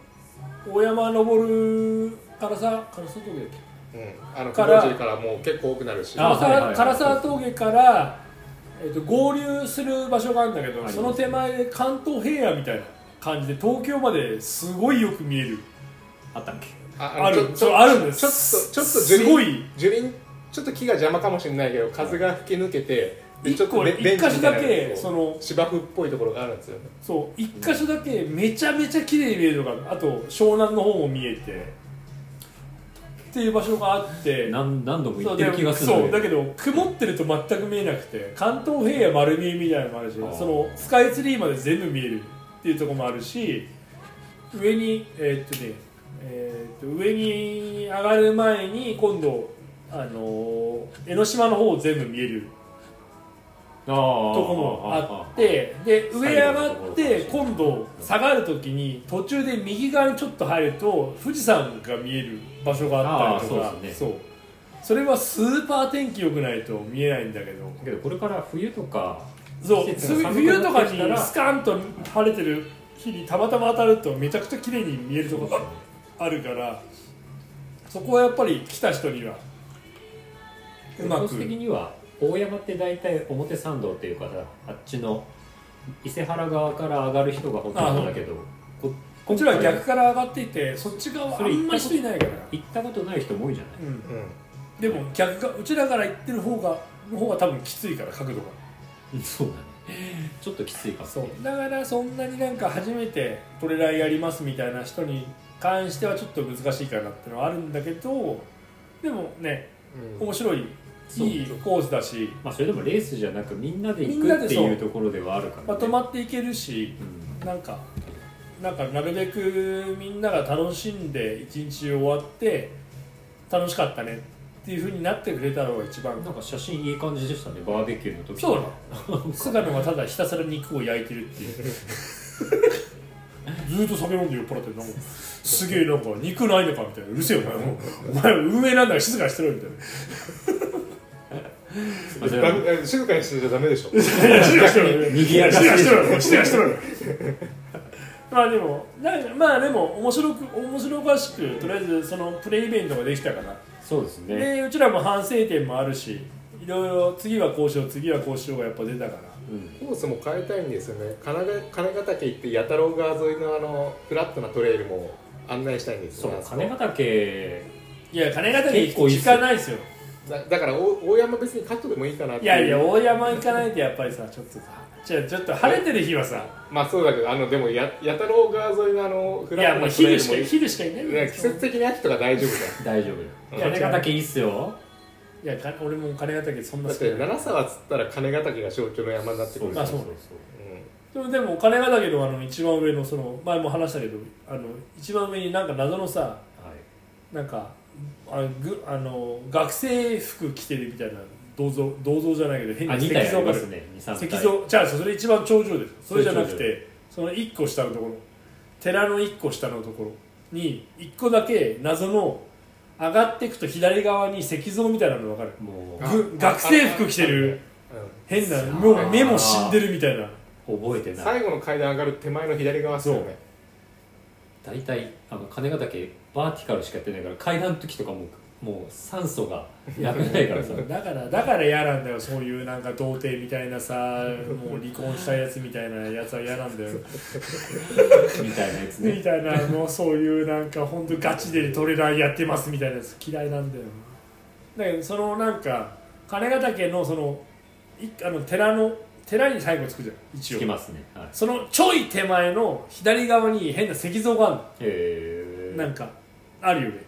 [SPEAKER 1] 大山登るからさからさ峠だっけ
[SPEAKER 2] うんあの
[SPEAKER 1] か
[SPEAKER 2] かららからもう結構多くなるし
[SPEAKER 3] あ
[SPEAKER 1] 唐沢
[SPEAKER 3] はいはいはい
[SPEAKER 1] 唐沢峠から、えっと合流する場所があるんだけ
[SPEAKER 3] あり
[SPEAKER 1] ど
[SPEAKER 3] ます
[SPEAKER 1] その手前で関東平野みたいな感じで東京まですごいよく見える
[SPEAKER 3] あったっけ
[SPEAKER 2] あ
[SPEAKER 1] ある
[SPEAKER 2] ちょ
[SPEAKER 1] そうあるんです
[SPEAKER 2] ちょっとちょっと
[SPEAKER 1] すごい
[SPEAKER 2] 樹林ちょっと木が邪魔かもしれないけど風が吹き抜けてでち
[SPEAKER 1] 一
[SPEAKER 2] ょっと
[SPEAKER 1] 個
[SPEAKER 2] レ
[SPEAKER 1] 一箇所だ
[SPEAKER 2] レンジみたいな
[SPEAKER 1] け
[SPEAKER 2] の
[SPEAKER 1] そ
[SPEAKER 2] こ
[SPEAKER 1] の
[SPEAKER 2] う芝生っぽいところがあるんですよね
[SPEAKER 1] そう一箇所だけめちゃめちゃ綺麗に見えるのがあと湘南の方も見えてっていう場所があって
[SPEAKER 3] 何何度も言
[SPEAKER 1] そう
[SPEAKER 3] って
[SPEAKER 1] で
[SPEAKER 3] る気がする
[SPEAKER 1] そ
[SPEAKER 3] ん
[SPEAKER 1] うだ
[SPEAKER 3] だけ
[SPEAKER 1] けど曇ってると全く見えなくて関東平野丸見えみたいなのもあるし
[SPEAKER 3] あー
[SPEAKER 1] そのスカイツリーまで全部見えるっていうところもあるし上にえーっとね、えーっと上に上がる前に今度あのー江ノ島の方全部見える
[SPEAKER 3] どあー
[SPEAKER 1] とこもあ
[SPEAKER 3] あ
[SPEAKER 1] ってで上上がっ
[SPEAKER 3] 最後の
[SPEAKER 1] て
[SPEAKER 3] ところ
[SPEAKER 1] 今度下がる時に途中で右側にちょっと入ると富士山が見える場所があったりとか
[SPEAKER 3] あーそうです
[SPEAKER 1] そうそれはスーパー天気良くないと見えないんだけど
[SPEAKER 3] ーだけどこれから冬とか
[SPEAKER 1] そう
[SPEAKER 3] 季節が寒く
[SPEAKER 1] 冬
[SPEAKER 3] な
[SPEAKER 1] と
[SPEAKER 3] っ
[SPEAKER 1] か
[SPEAKER 3] てきた
[SPEAKER 1] に
[SPEAKER 3] ら
[SPEAKER 1] スカンと晴れてる日にたまたま当たるとめちゃくちゃ綺麗に見えるところがあるからそこはやっぱり来た人にはうま
[SPEAKER 3] コ
[SPEAKER 1] く
[SPEAKER 3] ース的には大山って大体表参道っていうかさあっちの伊勢原側から上がる人がほとんどだけどこ
[SPEAKER 1] こっちらは逆から上がっていてそっち側は
[SPEAKER 3] そ
[SPEAKER 1] あ
[SPEAKER 3] れ
[SPEAKER 1] んま人いないから。
[SPEAKER 3] 行ったことない人も多いじゃ ない
[SPEAKER 1] うん
[SPEAKER 2] うん
[SPEAKER 1] でも逆がうちらから言ってる方がの方が多分きついから角度が
[SPEAKER 3] そうだねちょっときついかもね
[SPEAKER 1] だからそんなになんか初めてトレライやりますみたいな人に関してはちょっと難しいかなってのはあるんだけどでもね
[SPEAKER 2] うん
[SPEAKER 1] 面白い
[SPEAKER 3] そう
[SPEAKER 1] いいコースだし
[SPEAKER 3] まあそれでもレースじゃなくみんなで
[SPEAKER 1] み
[SPEAKER 3] 行
[SPEAKER 1] んな
[SPEAKER 3] く
[SPEAKER 1] で
[SPEAKER 3] って
[SPEAKER 1] そう
[SPEAKER 3] いうところではあるから、ね、
[SPEAKER 1] まとまっていけるし
[SPEAKER 3] うん
[SPEAKER 1] なんかなんかなるべくみんなが楽しんで一日終わって楽しかったねっていう風になってくれたのが一番
[SPEAKER 3] なんか写真いい感じでしたねバーベキューの時
[SPEAKER 1] そう だ菅野がただひたすら肉を焼いてるっていうずーっと酒飲んで酔っ払ってるなんかすげえなんか肉ないのかみたいなうるせえよなもうお前運営なんだから静かにしてろよみたいな
[SPEAKER 3] まあそれは
[SPEAKER 2] だ静かにしてちゃダメでしょ
[SPEAKER 1] い や静かにしてろよ
[SPEAKER 3] にぎやかし
[SPEAKER 1] 静かに
[SPEAKER 3] で
[SPEAKER 1] し
[SPEAKER 3] してた
[SPEAKER 1] ろよ静かにしてろよ まあでもなんかまあでも面白く面白おかしくとりあえずそのプレイイベントができたかな
[SPEAKER 3] そうですね、
[SPEAKER 1] でうちらも反省点もあるしいろいろ次はこうしよう次はこうしようがやっぱ出たから
[SPEAKER 3] うん、
[SPEAKER 2] コースも変えたいんですよね金が金ヶ岳行って八太郎川沿いのあのフラットなトレイルも案内したいんです
[SPEAKER 3] そ
[SPEAKER 2] よ
[SPEAKER 3] う
[SPEAKER 2] あそこ
[SPEAKER 3] 金ヶ岳
[SPEAKER 1] いや金ヶ岳
[SPEAKER 3] 結構いいっ
[SPEAKER 1] 時
[SPEAKER 3] すよ
[SPEAKER 1] 間ないですよ
[SPEAKER 2] だだから大大山別にカットでもいいかなって
[SPEAKER 1] い
[SPEAKER 2] い
[SPEAKER 1] やいや
[SPEAKER 2] う
[SPEAKER 1] 大山行かないとやっぱりさちょっとさじゃあちょっと晴れてる日はさ
[SPEAKER 2] まあそうだけどあのでもや八太郎川沿いのあのフ
[SPEAKER 1] い
[SPEAKER 2] ラッ
[SPEAKER 1] や
[SPEAKER 2] ト
[SPEAKER 1] もう
[SPEAKER 2] なトレ
[SPEAKER 1] 昼
[SPEAKER 2] イル
[SPEAKER 1] し
[SPEAKER 2] も
[SPEAKER 1] か
[SPEAKER 2] いい
[SPEAKER 1] 昼しかいない
[SPEAKER 2] いや季節的に秋とか大丈夫 だよ
[SPEAKER 3] 大丈夫よ
[SPEAKER 2] うん
[SPEAKER 3] 金ヶ岳いいっすよ
[SPEAKER 1] いやか俺も金ヶ岳そんな
[SPEAKER 2] だ
[SPEAKER 1] 好
[SPEAKER 2] っ
[SPEAKER 1] きじ
[SPEAKER 2] て
[SPEAKER 1] ゃない
[SPEAKER 2] 七沢っつったら金ヶ岳が象徴の山になってくる
[SPEAKER 1] まあそう
[SPEAKER 3] そう
[SPEAKER 2] う
[SPEAKER 1] でもでも金がだけどあの一番上のその前も話したけどあの一番上になんか謎のさなんかあぐあの学生服着てるみたいな銅像銅像じゃないけど変
[SPEAKER 3] あ
[SPEAKER 1] な
[SPEAKER 3] 2
[SPEAKER 1] 石
[SPEAKER 3] 体
[SPEAKER 1] 像
[SPEAKER 3] あり
[SPEAKER 1] があ
[SPEAKER 3] ま
[SPEAKER 1] る
[SPEAKER 3] すね23体
[SPEAKER 1] 石像じゃあそれ一番頂上ですそれじゃなく
[SPEAKER 3] それ
[SPEAKER 1] てその1個下のところ寺の1個下のところに1個だけ謎の上がっていくと左側に石像みたいなの分かる
[SPEAKER 3] も
[SPEAKER 1] あぐ学生服着てる変なもう目も死んでるみたいな
[SPEAKER 3] う覚え
[SPEAKER 2] う
[SPEAKER 3] て
[SPEAKER 2] ん
[SPEAKER 3] ない
[SPEAKER 2] 最後の階段上がる手前の左側っすよね
[SPEAKER 3] 大体あの金ヶ岳バーティカルしかやってないから階段の時とかもうもう酸素がなくないか らさ
[SPEAKER 1] だからだから嫌なんだよそういうなんか童貞みたいなさもう離婚したやつみたいなやつは嫌なんだよ
[SPEAKER 3] みたいなやつ
[SPEAKER 1] み
[SPEAKER 3] ね
[SPEAKER 1] たいなもうそういうなんか本当ガチでトレーラーやってますみたいなやつ嫌いなんだよだけどそのなんか金ヶ岳のそのいあの寺の寺に最後つくじゃん一
[SPEAKER 3] つき
[SPEAKER 1] 応
[SPEAKER 3] ますねはい
[SPEAKER 1] そのちょい手前の左側に変な石像があるの
[SPEAKER 3] へえ
[SPEAKER 1] なんかあるよね、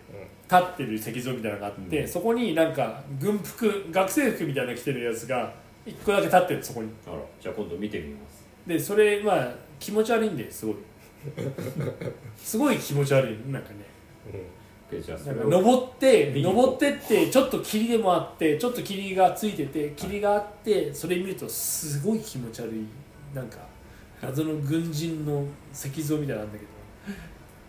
[SPEAKER 1] 立ってる石像みたいなのがあって、
[SPEAKER 3] うん
[SPEAKER 1] そこになんか軍服学生服みたいなの着てるやつが一個だけ立ってるそこに
[SPEAKER 3] あらじゃあ今度見てみます
[SPEAKER 1] でそれまあ気持ち悪いんですご いすごい気持ち悪いなんかね
[SPEAKER 3] でじゃあそ
[SPEAKER 1] なん
[SPEAKER 3] れ
[SPEAKER 1] か
[SPEAKER 3] を
[SPEAKER 1] 登って
[SPEAKER 3] 見に行こう
[SPEAKER 1] 登ってってちょっと霧でもあってちょっと霧がついてて霧があってそれ見るとすごい気持ち悪いなんか謎の軍人の石像みたいなのあんだけど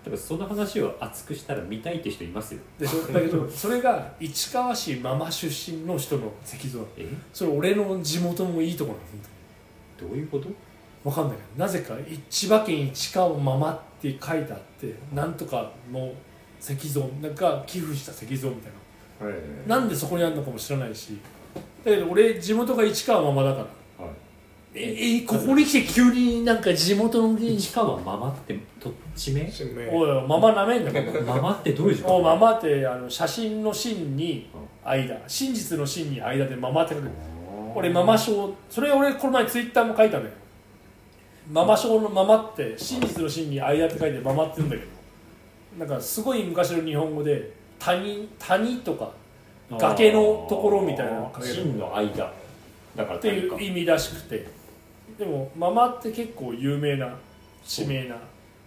[SPEAKER 3] 多分その話を熱くしたら見たいって人いますよ
[SPEAKER 1] でそだけどそれが市川市ママ出身の人の石像なの
[SPEAKER 3] え
[SPEAKER 1] それ俺の地元もいいとこなの本
[SPEAKER 3] どういうこと
[SPEAKER 1] 当に分かんないけどなぜかい千葉県市川ママって書いてあってなんとかの石像なんか寄付した石像みたいな
[SPEAKER 3] はい
[SPEAKER 1] なんでそこにあるのかも知らないしだけど俺地元が市川ママだからええここに来て急になんか地元の芸人
[SPEAKER 3] 市川ママってと地名
[SPEAKER 2] 新名
[SPEAKER 1] おいママなめんなここ
[SPEAKER 3] ママってどういう字
[SPEAKER 1] おママってあの写真の真に
[SPEAKER 3] うん
[SPEAKER 1] 間真実の真に間でママって書く俺
[SPEAKER 3] 俺
[SPEAKER 1] ママ賞それ俺この前ツイッターも書いたんだけどママ賞のママって真実の真に間って書いてママって言うんだけどなんかすごい昔の日本語で谷谷とか崖のところみたいなのかける
[SPEAKER 3] 真の間だから
[SPEAKER 1] っていう
[SPEAKER 3] い
[SPEAKER 1] 意味らしくてでもママって結構有名な地名な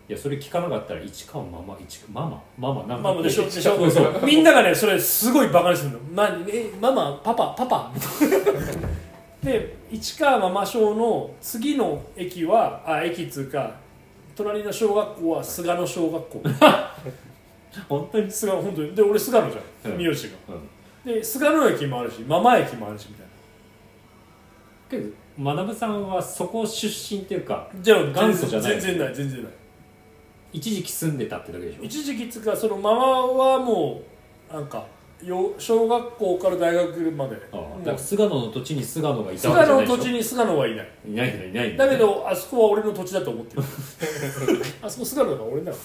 [SPEAKER 3] やそれ聞かなかったら市川ママ市川ママママなんか
[SPEAKER 1] ママで しょでし
[SPEAKER 3] そうそう
[SPEAKER 1] ょみんながねそれすごいバカにするのなえママパパパパ で市川ママ小の次の駅はあ駅っつうか隣の小学校は菅野小学校
[SPEAKER 3] 本当に
[SPEAKER 1] 菅野本当にで俺菅野じゃん
[SPEAKER 3] うん
[SPEAKER 1] 三好が
[SPEAKER 3] うん
[SPEAKER 1] で菅野駅もあるしママ駅もあるしみたいな
[SPEAKER 3] けど学さんはそこ出身っていうか
[SPEAKER 1] じゃあ
[SPEAKER 3] 元祖じゃな
[SPEAKER 1] 全
[SPEAKER 3] い
[SPEAKER 1] 然ない全然ない
[SPEAKER 3] 一時期住んでたってだけでしょ
[SPEAKER 1] 一時期っつうかそのママはもうなんかよ小学校から大学まで
[SPEAKER 3] ああ
[SPEAKER 1] も
[SPEAKER 3] だから
[SPEAKER 1] う
[SPEAKER 3] 菅野の土地に菅野がいた
[SPEAKER 1] 菅
[SPEAKER 3] わけじゃ
[SPEAKER 1] 野
[SPEAKER 3] ないでしょ
[SPEAKER 1] の土地に菅野はいない
[SPEAKER 3] いないいないいない
[SPEAKER 1] だけどあそこは俺の土地だと思って るあそこ菅野だから俺だか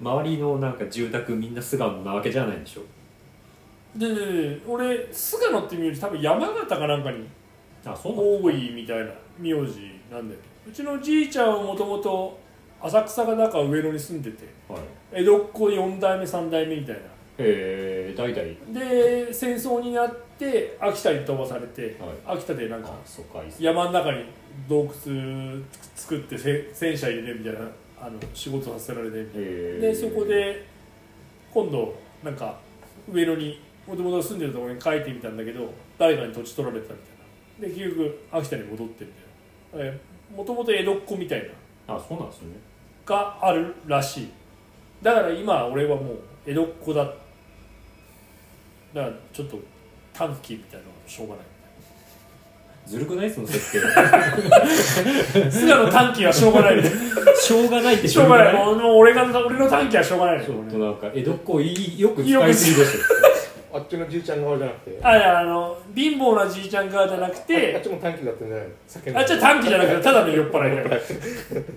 [SPEAKER 3] 周りのなんか住宅みんな菅野なわけじゃないでしょ
[SPEAKER 1] らねででで俺菅野って見るより多分山形かなんかに
[SPEAKER 3] あそうなの
[SPEAKER 1] 多いみたいな名字なんだようちのじいちゃんはもともと浅草がなんか上野に住んでて
[SPEAKER 3] はい
[SPEAKER 1] 江戸っ子4代目3代目みたいな
[SPEAKER 3] えー、代々
[SPEAKER 1] で戦争になって秋田に飛ばされて、秋田でなんか
[SPEAKER 3] あそうかいいっすね
[SPEAKER 1] 山の中に洞窟作ってせ戦車入れるみたいなあの仕事させられて
[SPEAKER 3] えー
[SPEAKER 1] でそこで今度なんか上野にもともと住んでるところに帰ってみたんだけど誰かに土地取られてたみたいなで結局秋田に戻ってみたいなもともと江戸っ子みたいな
[SPEAKER 3] あそうなんですよね
[SPEAKER 1] があるらしいだから今俺はもう江戸っ子だだからちょっと短期みたいなのはしょうがない
[SPEAKER 3] ずるくないその設定
[SPEAKER 1] 菅野短期はしょうがないみたいな
[SPEAKER 3] しょうがないって
[SPEAKER 1] しょうがない
[SPEAKER 3] ち
[SPEAKER 1] もうもう俺が俺の短期はしょうがないね
[SPEAKER 3] ょっとなんか江戸っ子をいいよく使いすぎですよ
[SPEAKER 2] あっちのじいちゃん側じゃなくて
[SPEAKER 1] あいやあの貧乏なじいちゃん側じゃなく
[SPEAKER 2] あってちも短期だったんじゃないの酒飲んで
[SPEAKER 1] あじゃあ短期じゃなくてただの酔っ払いだよ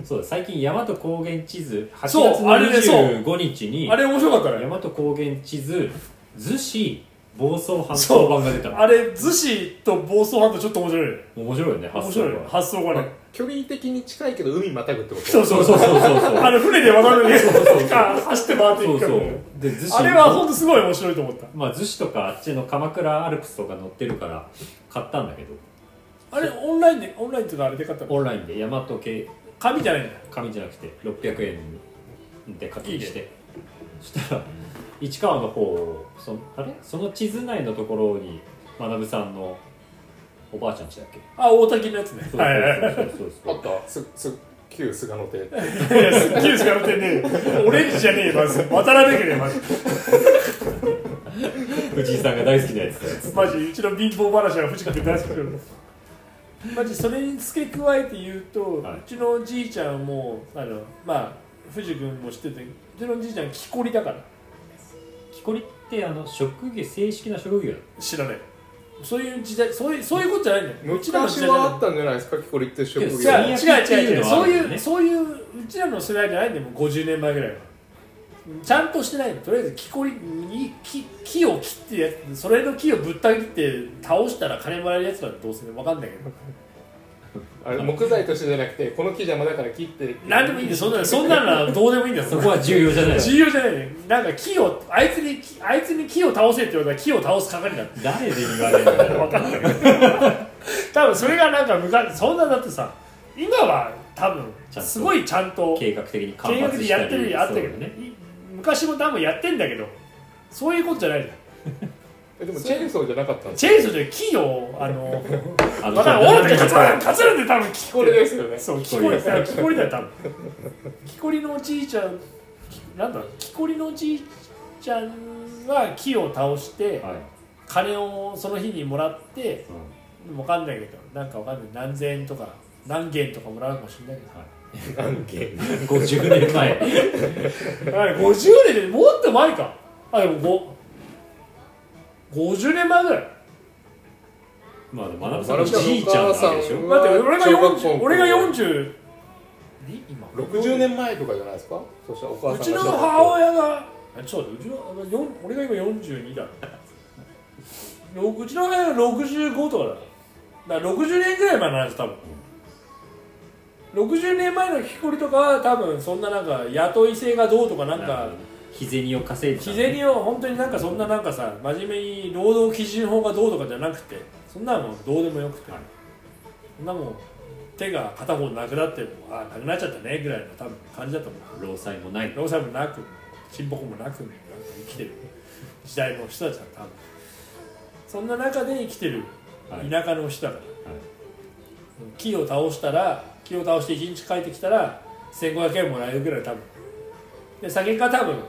[SPEAKER 3] そうだ最近大和高原地図8月
[SPEAKER 1] そう
[SPEAKER 3] の
[SPEAKER 1] あれねそう
[SPEAKER 3] 25日に
[SPEAKER 1] あれ面白かった
[SPEAKER 3] 大
[SPEAKER 1] ね
[SPEAKER 3] 和高原地図逗子房総半島版が出たの
[SPEAKER 1] あれ逗子と暴走班とちょっと面白いね
[SPEAKER 3] 面白いよね
[SPEAKER 1] 面
[SPEAKER 3] 発想
[SPEAKER 1] 白い
[SPEAKER 3] が
[SPEAKER 1] ね発想
[SPEAKER 2] ま
[SPEAKER 1] が
[SPEAKER 2] あ
[SPEAKER 1] ね
[SPEAKER 2] 距離的に近いけど海またぐってこと
[SPEAKER 1] そうそう
[SPEAKER 3] そうそうそうそう
[SPEAKER 1] あの船で渡るね
[SPEAKER 3] そうそうそう
[SPEAKER 1] あ走って回ってい
[SPEAKER 3] そう
[SPEAKER 1] くか
[SPEAKER 3] そう
[SPEAKER 1] らね
[SPEAKER 3] で逗子
[SPEAKER 1] あれは本当すごい面白いと思った
[SPEAKER 3] まあ逗子とかあっちの鎌倉アルプスとか乗ってるから買ったんだけど
[SPEAKER 1] あれオンラインでオンラインとかあれで買ったの
[SPEAKER 3] オンラインで大和系
[SPEAKER 1] 紙じゃないんだ
[SPEAKER 3] 紙じゃなくて600円で課金してそしたら市川の方そのあれその地図内のところに学さんのおばあちゃんちだっけ
[SPEAKER 1] あ大滝のやつね
[SPEAKER 3] そう
[SPEAKER 1] はい はい
[SPEAKER 3] そうそう
[SPEAKER 2] あ
[SPEAKER 3] そう
[SPEAKER 2] ったすす旧菅野亭
[SPEAKER 1] いやすっきりしか見てねえよオレンジじゃねえよまず渡辺家ねマジ
[SPEAKER 3] そう藤井さんが大好きなやつだよ
[SPEAKER 1] マジうちの貧乏話は藤川君大好きだよマジそれに付け加えて言うと、
[SPEAKER 3] はいう
[SPEAKER 1] ちのじいちゃんもあのまあ藤君も知っててうちのじいちゃん木こりだから
[SPEAKER 3] 木こりってあの職業正式な職業だ
[SPEAKER 1] 知らないそういう時代そういうそういうことじゃないんだようちらの時代
[SPEAKER 2] 昔
[SPEAKER 1] じゃない
[SPEAKER 2] はあったんじゃないですか木こりって職業
[SPEAKER 1] 違う
[SPEAKER 3] いや
[SPEAKER 1] 違う違う違うそう
[SPEAKER 3] 最悪っていうのはあるよ
[SPEAKER 1] いう
[SPEAKER 3] ね
[SPEAKER 1] そういううちらの世代じゃないんだよもう50年前ぐらいはちゃんとしてないのとりあえず木こりに木木を切ってやつそれの木をぶった切って倒したら金もらえるやつなんてどうせ分かんないけど
[SPEAKER 2] あれ木材としてじゃなくてこの木邪魔だから切って
[SPEAKER 1] 何でもいいんだよそんなのそんなのはどうでもいいんだよ
[SPEAKER 3] そこは重要じゃない
[SPEAKER 1] 重要じゃないねなんか木をあいつに木あいつに木を倒せって言われたら木を倒す係だって
[SPEAKER 3] 誰で言われるんだろう
[SPEAKER 1] 分かんない多分それがなんか昔そんなだってさ今は多分
[SPEAKER 3] ちゃんと
[SPEAKER 1] すごいちゃんと
[SPEAKER 3] 計画的に間
[SPEAKER 1] 契約
[SPEAKER 3] 伐
[SPEAKER 1] で
[SPEAKER 3] したり
[SPEAKER 1] やってるやあったけど
[SPEAKER 3] そう
[SPEAKER 1] ねい昔も多分やってんだけどそういうことじゃないじゃん
[SPEAKER 2] えでもチェーンソーじゃなかったんです
[SPEAKER 1] チェイスで木をあ の
[SPEAKER 3] あの
[SPEAKER 1] まだ大手が勝つ勝つんで多分木
[SPEAKER 2] 木こりですよね
[SPEAKER 1] そう木
[SPEAKER 3] 木
[SPEAKER 1] こ
[SPEAKER 3] こ
[SPEAKER 1] り
[SPEAKER 3] り
[SPEAKER 1] だよ木こりだよ多分木こりのおじいちゃんきなんだ木こりのおじいちゃんは木を倒して
[SPEAKER 3] はい、
[SPEAKER 1] 金をその日にもらって
[SPEAKER 3] うん
[SPEAKER 1] わかんないけどなんかわかんない何千円とか何元とかもらうかもしれないけど
[SPEAKER 3] 50年前
[SPEAKER 1] あれ50年でもっと前かあでもご50年前ぐらい
[SPEAKER 3] まあ、学さんのじいちゃんなわけでしょ
[SPEAKER 1] だって俺が
[SPEAKER 2] 小学校
[SPEAKER 1] 40俺が40に今
[SPEAKER 2] 60年前とかじゃないですかそしたらお母
[SPEAKER 1] う
[SPEAKER 2] さん
[SPEAKER 1] ちの
[SPEAKER 2] 小学校
[SPEAKER 1] 母親があちょっと待ってうちのあのよん俺が今42だろうちの母親が65とかだだから60年ぐらい前の話多分60年前の木こりとかは多分そんななんか雇い制がどうとかなんか
[SPEAKER 3] 日銭を稼いでた
[SPEAKER 1] 日
[SPEAKER 3] の
[SPEAKER 1] 銭を本当になんかそんななんかさ真面目に労働基準法がどうとかじゃなくてそんなもんどうでもよくて、
[SPEAKER 3] はい
[SPEAKER 1] そんなもん手が片方なくなってもあなくなっちゃったねぐらいの多分感じだと思う
[SPEAKER 3] 労災もない
[SPEAKER 1] 労災もなくちんぽこもなくなんか生きてる時代の人たちは多分そんな中で生きてる
[SPEAKER 3] はい
[SPEAKER 1] 田舎の人だから、木を倒したら木を倒して1日帰ってきたら1500円もらえるぐらい多分で酒が多分もう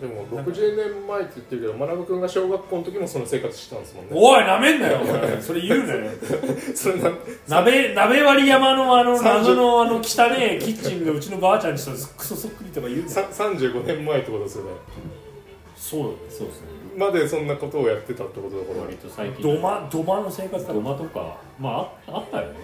[SPEAKER 2] でも60年前って言ってるけど学君が小学校の時もその生活してたんですもんね
[SPEAKER 1] おいなめんなよお前それ言うなよ
[SPEAKER 2] それな
[SPEAKER 1] 鍋鍋割り山のあの
[SPEAKER 2] 30
[SPEAKER 1] 謎のあの汚ねえキッチンがうちのばあちゃんにしたらクソそっくりとか言うなよ
[SPEAKER 2] さ35年前ってことですよね
[SPEAKER 1] そうだよ
[SPEAKER 3] そうですね
[SPEAKER 2] までそんなことをやってたってことだから
[SPEAKER 3] 割と最近
[SPEAKER 1] 土間土間の生活だ
[SPEAKER 3] 土間とかまあああったよね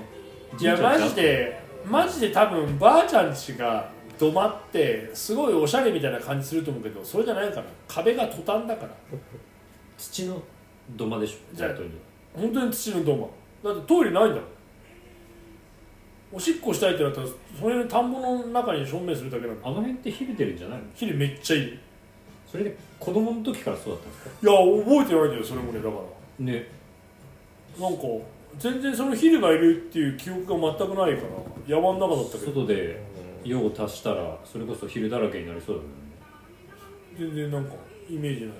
[SPEAKER 1] いやマジでマジで多分ばあちゃんちが土間ってすごいおしゃれみたいな感じすると思うけどそれじゃないから壁がトタンだから
[SPEAKER 3] 土の土間でしょ
[SPEAKER 1] じゃあ
[SPEAKER 3] 本当に
[SPEAKER 1] 本当に土の土間だってトイレないんだもんおしっこしたいってなったらそれの田んぼの中に正面するだけなの
[SPEAKER 3] あの辺ってひびてるんじゃないの
[SPEAKER 1] ヒレめっちゃいいいや
[SPEAKER 3] それで子供の時からそうだったんですか
[SPEAKER 1] 覚えてないんだよそれもねだから
[SPEAKER 3] ね
[SPEAKER 1] なんか全然そのヒレがいるっていう記憶が全くないから山の中だったけど
[SPEAKER 3] 外で用を足したらそれこそ昼だらけになりそうだもんね
[SPEAKER 1] 全然なんかイメージない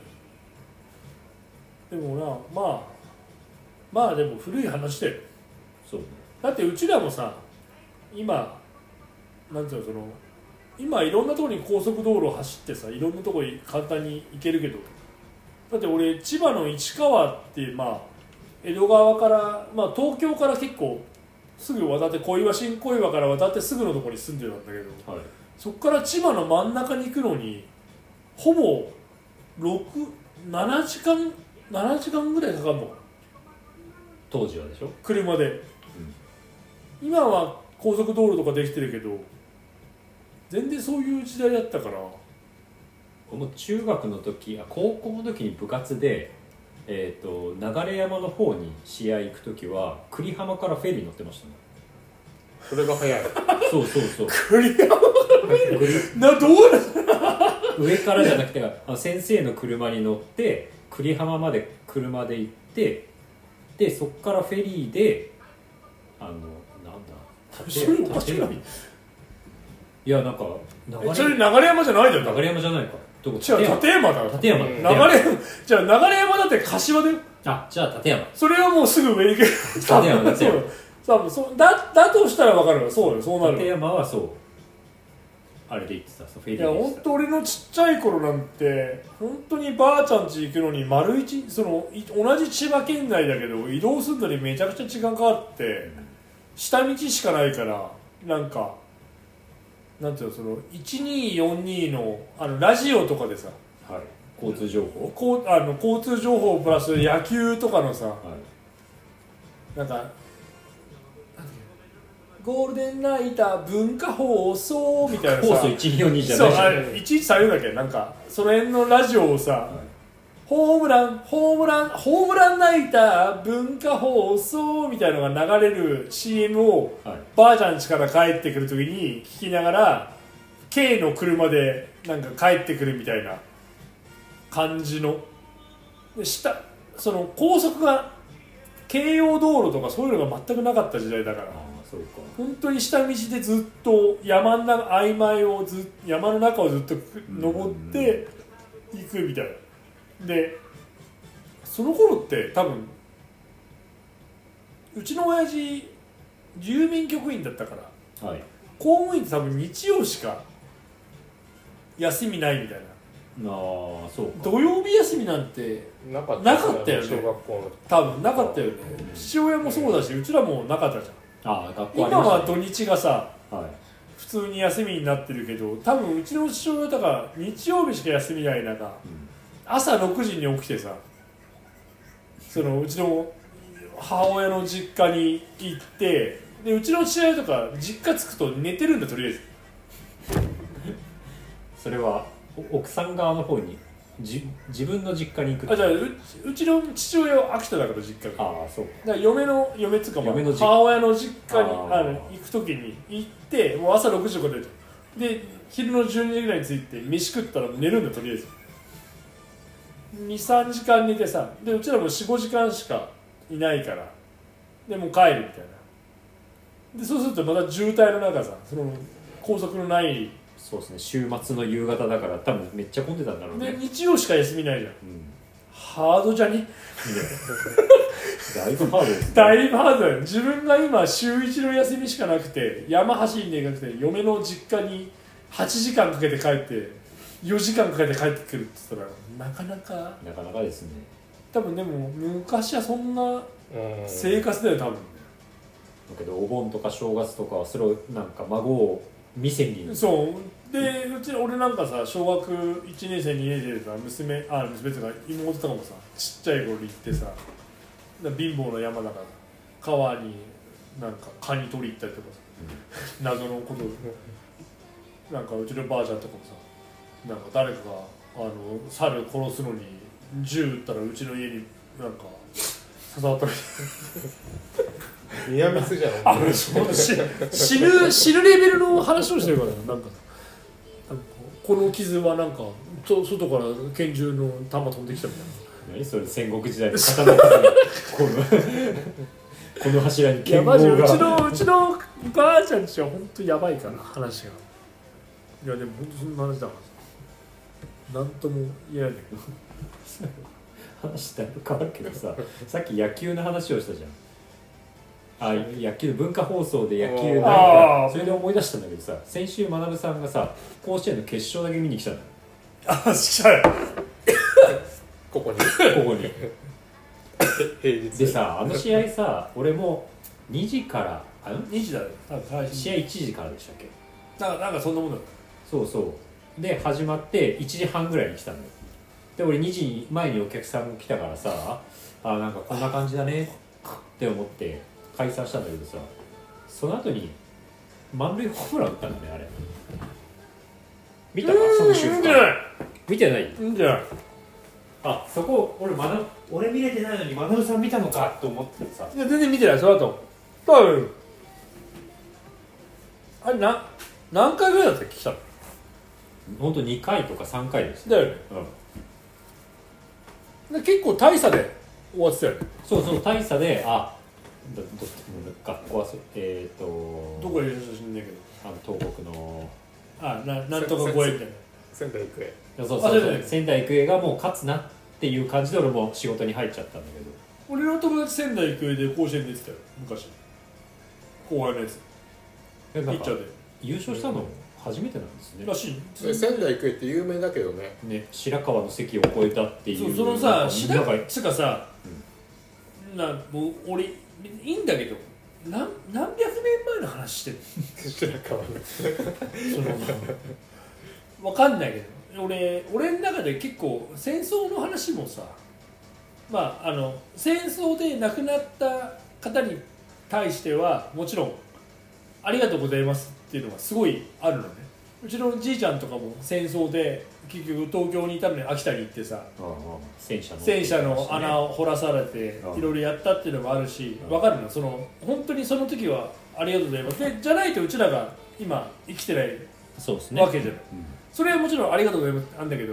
[SPEAKER 1] でもなまあまあでも古い話だよ
[SPEAKER 3] そうね
[SPEAKER 1] だってうちらもさ今なんていうのその今いろんなところに高速道路を走ってさいろんなところに簡単に行けるけどだって俺千葉の市川ってまあ江戸川からまあ東京から結構すぐ渡って小岩新小岩から渡ってすぐのところに住んでたんだけど
[SPEAKER 3] はい
[SPEAKER 1] そこから千葉の真ん中に行くのにほぼ67時間7時間ぐらいかかるのかな
[SPEAKER 3] 当時はでしょ
[SPEAKER 1] 車で、今は高速道路とかできてるけど全然そういう時代だったから
[SPEAKER 3] 僕も中学の時あ高校の時に部活でえっ、と流山の方に試合行く時は栗浜からフェリー乗ってましたね
[SPEAKER 2] それが早い
[SPEAKER 3] そうそうそう
[SPEAKER 1] 栗山などうな
[SPEAKER 3] 上からじゃなくてあの先生の車に乗って栗浜まで車で行ってでそっからフェリーであのなんだ
[SPEAKER 1] それおかしくない
[SPEAKER 3] いやなんか流
[SPEAKER 1] えそれ
[SPEAKER 3] れ
[SPEAKER 1] 流山じゃないだよ
[SPEAKER 3] 流山じゃないかどこ
[SPEAKER 1] 違う立山だよ
[SPEAKER 3] 立山
[SPEAKER 2] うん
[SPEAKER 3] 立
[SPEAKER 1] 流
[SPEAKER 3] 山
[SPEAKER 1] れじゃあ流山だって柏だよ
[SPEAKER 3] あじゃあ立山
[SPEAKER 1] それはもうすぐ上行ける
[SPEAKER 3] 立山立
[SPEAKER 1] そう
[SPEAKER 3] 山
[SPEAKER 1] よ多分そうだだとしたら分かるわそうよそうな
[SPEAKER 3] 立
[SPEAKER 1] る
[SPEAKER 3] 山はそうあれで言ってたそうフェ
[SPEAKER 1] い
[SPEAKER 3] リ
[SPEAKER 1] や
[SPEAKER 3] ーで言っ
[SPEAKER 1] 本
[SPEAKER 3] てた
[SPEAKER 1] 当俺のちっちゃい頃なんて本当にばあちゃん家行くのに丸一そのい同じ千葉県内だけど移動するのにめちゃくちゃ時間かかって下道しかないからなんかなんていうのその1242のあのラジオとかでさ
[SPEAKER 3] はい交通情報
[SPEAKER 1] こうあの交通情報プラス野球とかのさ
[SPEAKER 3] はい
[SPEAKER 1] なんかなんだっけゴールデンナイター文化放送みたいな
[SPEAKER 3] コー
[SPEAKER 1] さ
[SPEAKER 3] ス1242じゃ
[SPEAKER 1] そ
[SPEAKER 3] な
[SPEAKER 1] う
[SPEAKER 3] いじゃ
[SPEAKER 1] あ
[SPEAKER 3] ん
[SPEAKER 1] れいちいちされるだけなんかその辺のラジオをさ、
[SPEAKER 3] い
[SPEAKER 1] ホームランホームランホームランナイター文化放送みたいのが流れる CM を
[SPEAKER 3] はい
[SPEAKER 1] ばあちゃん家から帰ってくるときに聞きながら K の車でなんか帰ってくるみたいな感じので下その高速が京葉道路とかそういうのが全くなかった時代だから
[SPEAKER 3] ああそうか
[SPEAKER 1] 本当に下道でずっと山の中曖昧をずっ山の中をずっとく
[SPEAKER 3] うん
[SPEAKER 1] 登って行くみたいなでその頃って多分うちの親父住民局員だったから
[SPEAKER 3] はい
[SPEAKER 1] 公務員って多分日曜しか休みないみたいな
[SPEAKER 3] ああそうか
[SPEAKER 1] 土曜日休みなんて
[SPEAKER 2] なかった
[SPEAKER 1] なかったよね
[SPEAKER 2] 小学校の
[SPEAKER 1] 多分なかったよね父親もそうだしうちらもなかったじゃん
[SPEAKER 3] ああ学校
[SPEAKER 1] 今
[SPEAKER 3] ありま
[SPEAKER 1] は
[SPEAKER 3] した
[SPEAKER 1] 土
[SPEAKER 3] ね
[SPEAKER 1] 日がさ
[SPEAKER 3] はい
[SPEAKER 1] 普通に休みになってるけど多分うちの父親とか日曜日しか休みない中
[SPEAKER 3] うん
[SPEAKER 1] 朝6時に起きてさそのうちの母親の実家に行ってでうちの父親とか実家着くと寝てるんだとりあえず
[SPEAKER 3] それはお奥さん側の方にじ自分の実家に行く
[SPEAKER 1] あじゃあうちうちの父親は秋田だから実家が
[SPEAKER 3] ああそうか
[SPEAKER 1] だから嫁の嫁っつうかまあ
[SPEAKER 3] 嫁の実家
[SPEAKER 1] 母親の実家に
[SPEAKER 3] あー
[SPEAKER 1] あの行く時に行ってもう朝6時とか出てで昼の12時ぐらいに着いて飯食ったら寝るんだとりあえず23時間寝てさでうちらも45時間しかいないからでもう帰るみたいなでそうするとまた渋滞の中さその高速のない
[SPEAKER 3] そうですね週末の夕方だから多分めっちゃ混んでたんだろう
[SPEAKER 1] で
[SPEAKER 3] ね
[SPEAKER 1] 日曜しか休みないじゃん
[SPEAKER 3] うん
[SPEAKER 1] ハードじゃね
[SPEAKER 3] だいぶハードです ね
[SPEAKER 1] だいぶハードだよ自分が今週1の休みしかなくて山走りに行かなくて嫁の実家に8時間かけて帰って4時間かけて帰ってくるって言ったらなかなか
[SPEAKER 3] なかなかですね
[SPEAKER 1] 多分でも昔はそんな
[SPEAKER 2] うん
[SPEAKER 1] 生活だよ多分、
[SPEAKER 3] だけどお盆とか正月とかはそれをなんか孫を店に
[SPEAKER 1] そうでうち俺なんかさ小学1年生2年生でさ娘あ娘とか妹とかもさちっちゃい頃に行ってさな貧乏な山だから川になんかカニ取り行ったりとかさ、謎のことなんかうちのばあちゃんとかもさなんか誰かがあの猿殺すのに銃撃ったらうちの家になんか刺さったり
[SPEAKER 2] 宮光じゃん
[SPEAKER 1] あのそうし死ぬ死ぬレベルの話をしてるからなんかなんかこの傷はなんかと外から拳銃の弾飛んできたみたい
[SPEAKER 3] 何それ戦国時代の刀鍛冶のこのこの 柱に
[SPEAKER 1] ないや
[SPEAKER 3] 剣
[SPEAKER 1] マジう
[SPEAKER 3] が
[SPEAKER 1] ちのうちのばあちゃんちは本当やばいから話がいやでも本当そんな話だからなんとも言えないんだけど
[SPEAKER 3] 話だいぶ変わるけどささっき野球の話をしたじゃんあ野球文化放送で野球なん
[SPEAKER 1] あ
[SPEAKER 3] か
[SPEAKER 1] ー
[SPEAKER 3] それで思い出したんだけどさ先週学さんがさ甲子園の決勝だけ見に来たのよ
[SPEAKER 1] あしゃい
[SPEAKER 2] ここに
[SPEAKER 3] ここ に
[SPEAKER 2] 平日
[SPEAKER 3] でさあの試合さ俺も2時からあん
[SPEAKER 1] 2時だよ多分最
[SPEAKER 3] 試合1時からでしたっけ
[SPEAKER 1] なんかなんかそんなもんだよ
[SPEAKER 3] そうそうで始まって1時半ぐらいに来たのよで俺2時に前にお客さんも来たからさあなんかこんな感じだねって思って解散したんだけどさその後に満塁ホームラン打ったんだねあれ見たかその瞬間見てない
[SPEAKER 1] いいんじゃない
[SPEAKER 3] あそこ俺まな俺見れてないのにマナルさん見たのかと思ってさ
[SPEAKER 1] いや全然見てないその後多分あれな何回ぐらいだったっけ来たの
[SPEAKER 3] 本当2回とか3回でした、
[SPEAKER 1] だよね
[SPEAKER 3] うん、
[SPEAKER 1] で結構大差で終わってたよね
[SPEAKER 3] そうそう大差であどど学校はそえっ、と
[SPEAKER 1] どこが優勝したか知んないけど
[SPEAKER 3] あの東北の
[SPEAKER 1] あななんとか超えみたいな
[SPEAKER 2] 仙台育英
[SPEAKER 3] そうそう
[SPEAKER 1] あ
[SPEAKER 3] そ
[SPEAKER 1] そううだよね
[SPEAKER 3] 仙台育英がもう勝つなっていう感じで俺も仕事に入っちゃったんだけど
[SPEAKER 1] 俺の友達仙台育英で甲子園出てたよ昔後輩のやつ
[SPEAKER 3] え
[SPEAKER 1] ピ
[SPEAKER 3] なん
[SPEAKER 1] ッ
[SPEAKER 3] か
[SPEAKER 1] チャー
[SPEAKER 3] 優勝したの初めてなんです
[SPEAKER 1] で
[SPEAKER 3] ね
[SPEAKER 1] らしい
[SPEAKER 2] それ仙台育英って有名だけどね
[SPEAKER 3] ね白川の席を越えたってい
[SPEAKER 1] そううその
[SPEAKER 3] なん
[SPEAKER 1] さ
[SPEAKER 3] か
[SPEAKER 1] 白
[SPEAKER 3] なんか
[SPEAKER 1] 川つうかさ、なもう俺いいんだけどなん何百年前の話してる
[SPEAKER 2] 白川の
[SPEAKER 1] そのわかんないけど俺俺の中で結構戦争の話もさまああの戦争で亡くなった方に対してはもちろん「ありがとうございます」っていうのがすごいあるのねうちのじいちゃんとかも戦争で結局東京にいたのに秋田に行ってさ
[SPEAKER 3] ああ戦車の
[SPEAKER 1] 戦車の穴
[SPEAKER 3] を
[SPEAKER 1] を掘らされて
[SPEAKER 3] うん
[SPEAKER 1] いろいろやったっていうのもあるし
[SPEAKER 3] うん
[SPEAKER 1] 分かるのその本当にその時はありがとうございますでじゃないとうちらが今生きてない
[SPEAKER 3] そうですね
[SPEAKER 1] わけじゃない、
[SPEAKER 3] うん
[SPEAKER 1] それはもちろんありがとうございますなんだけど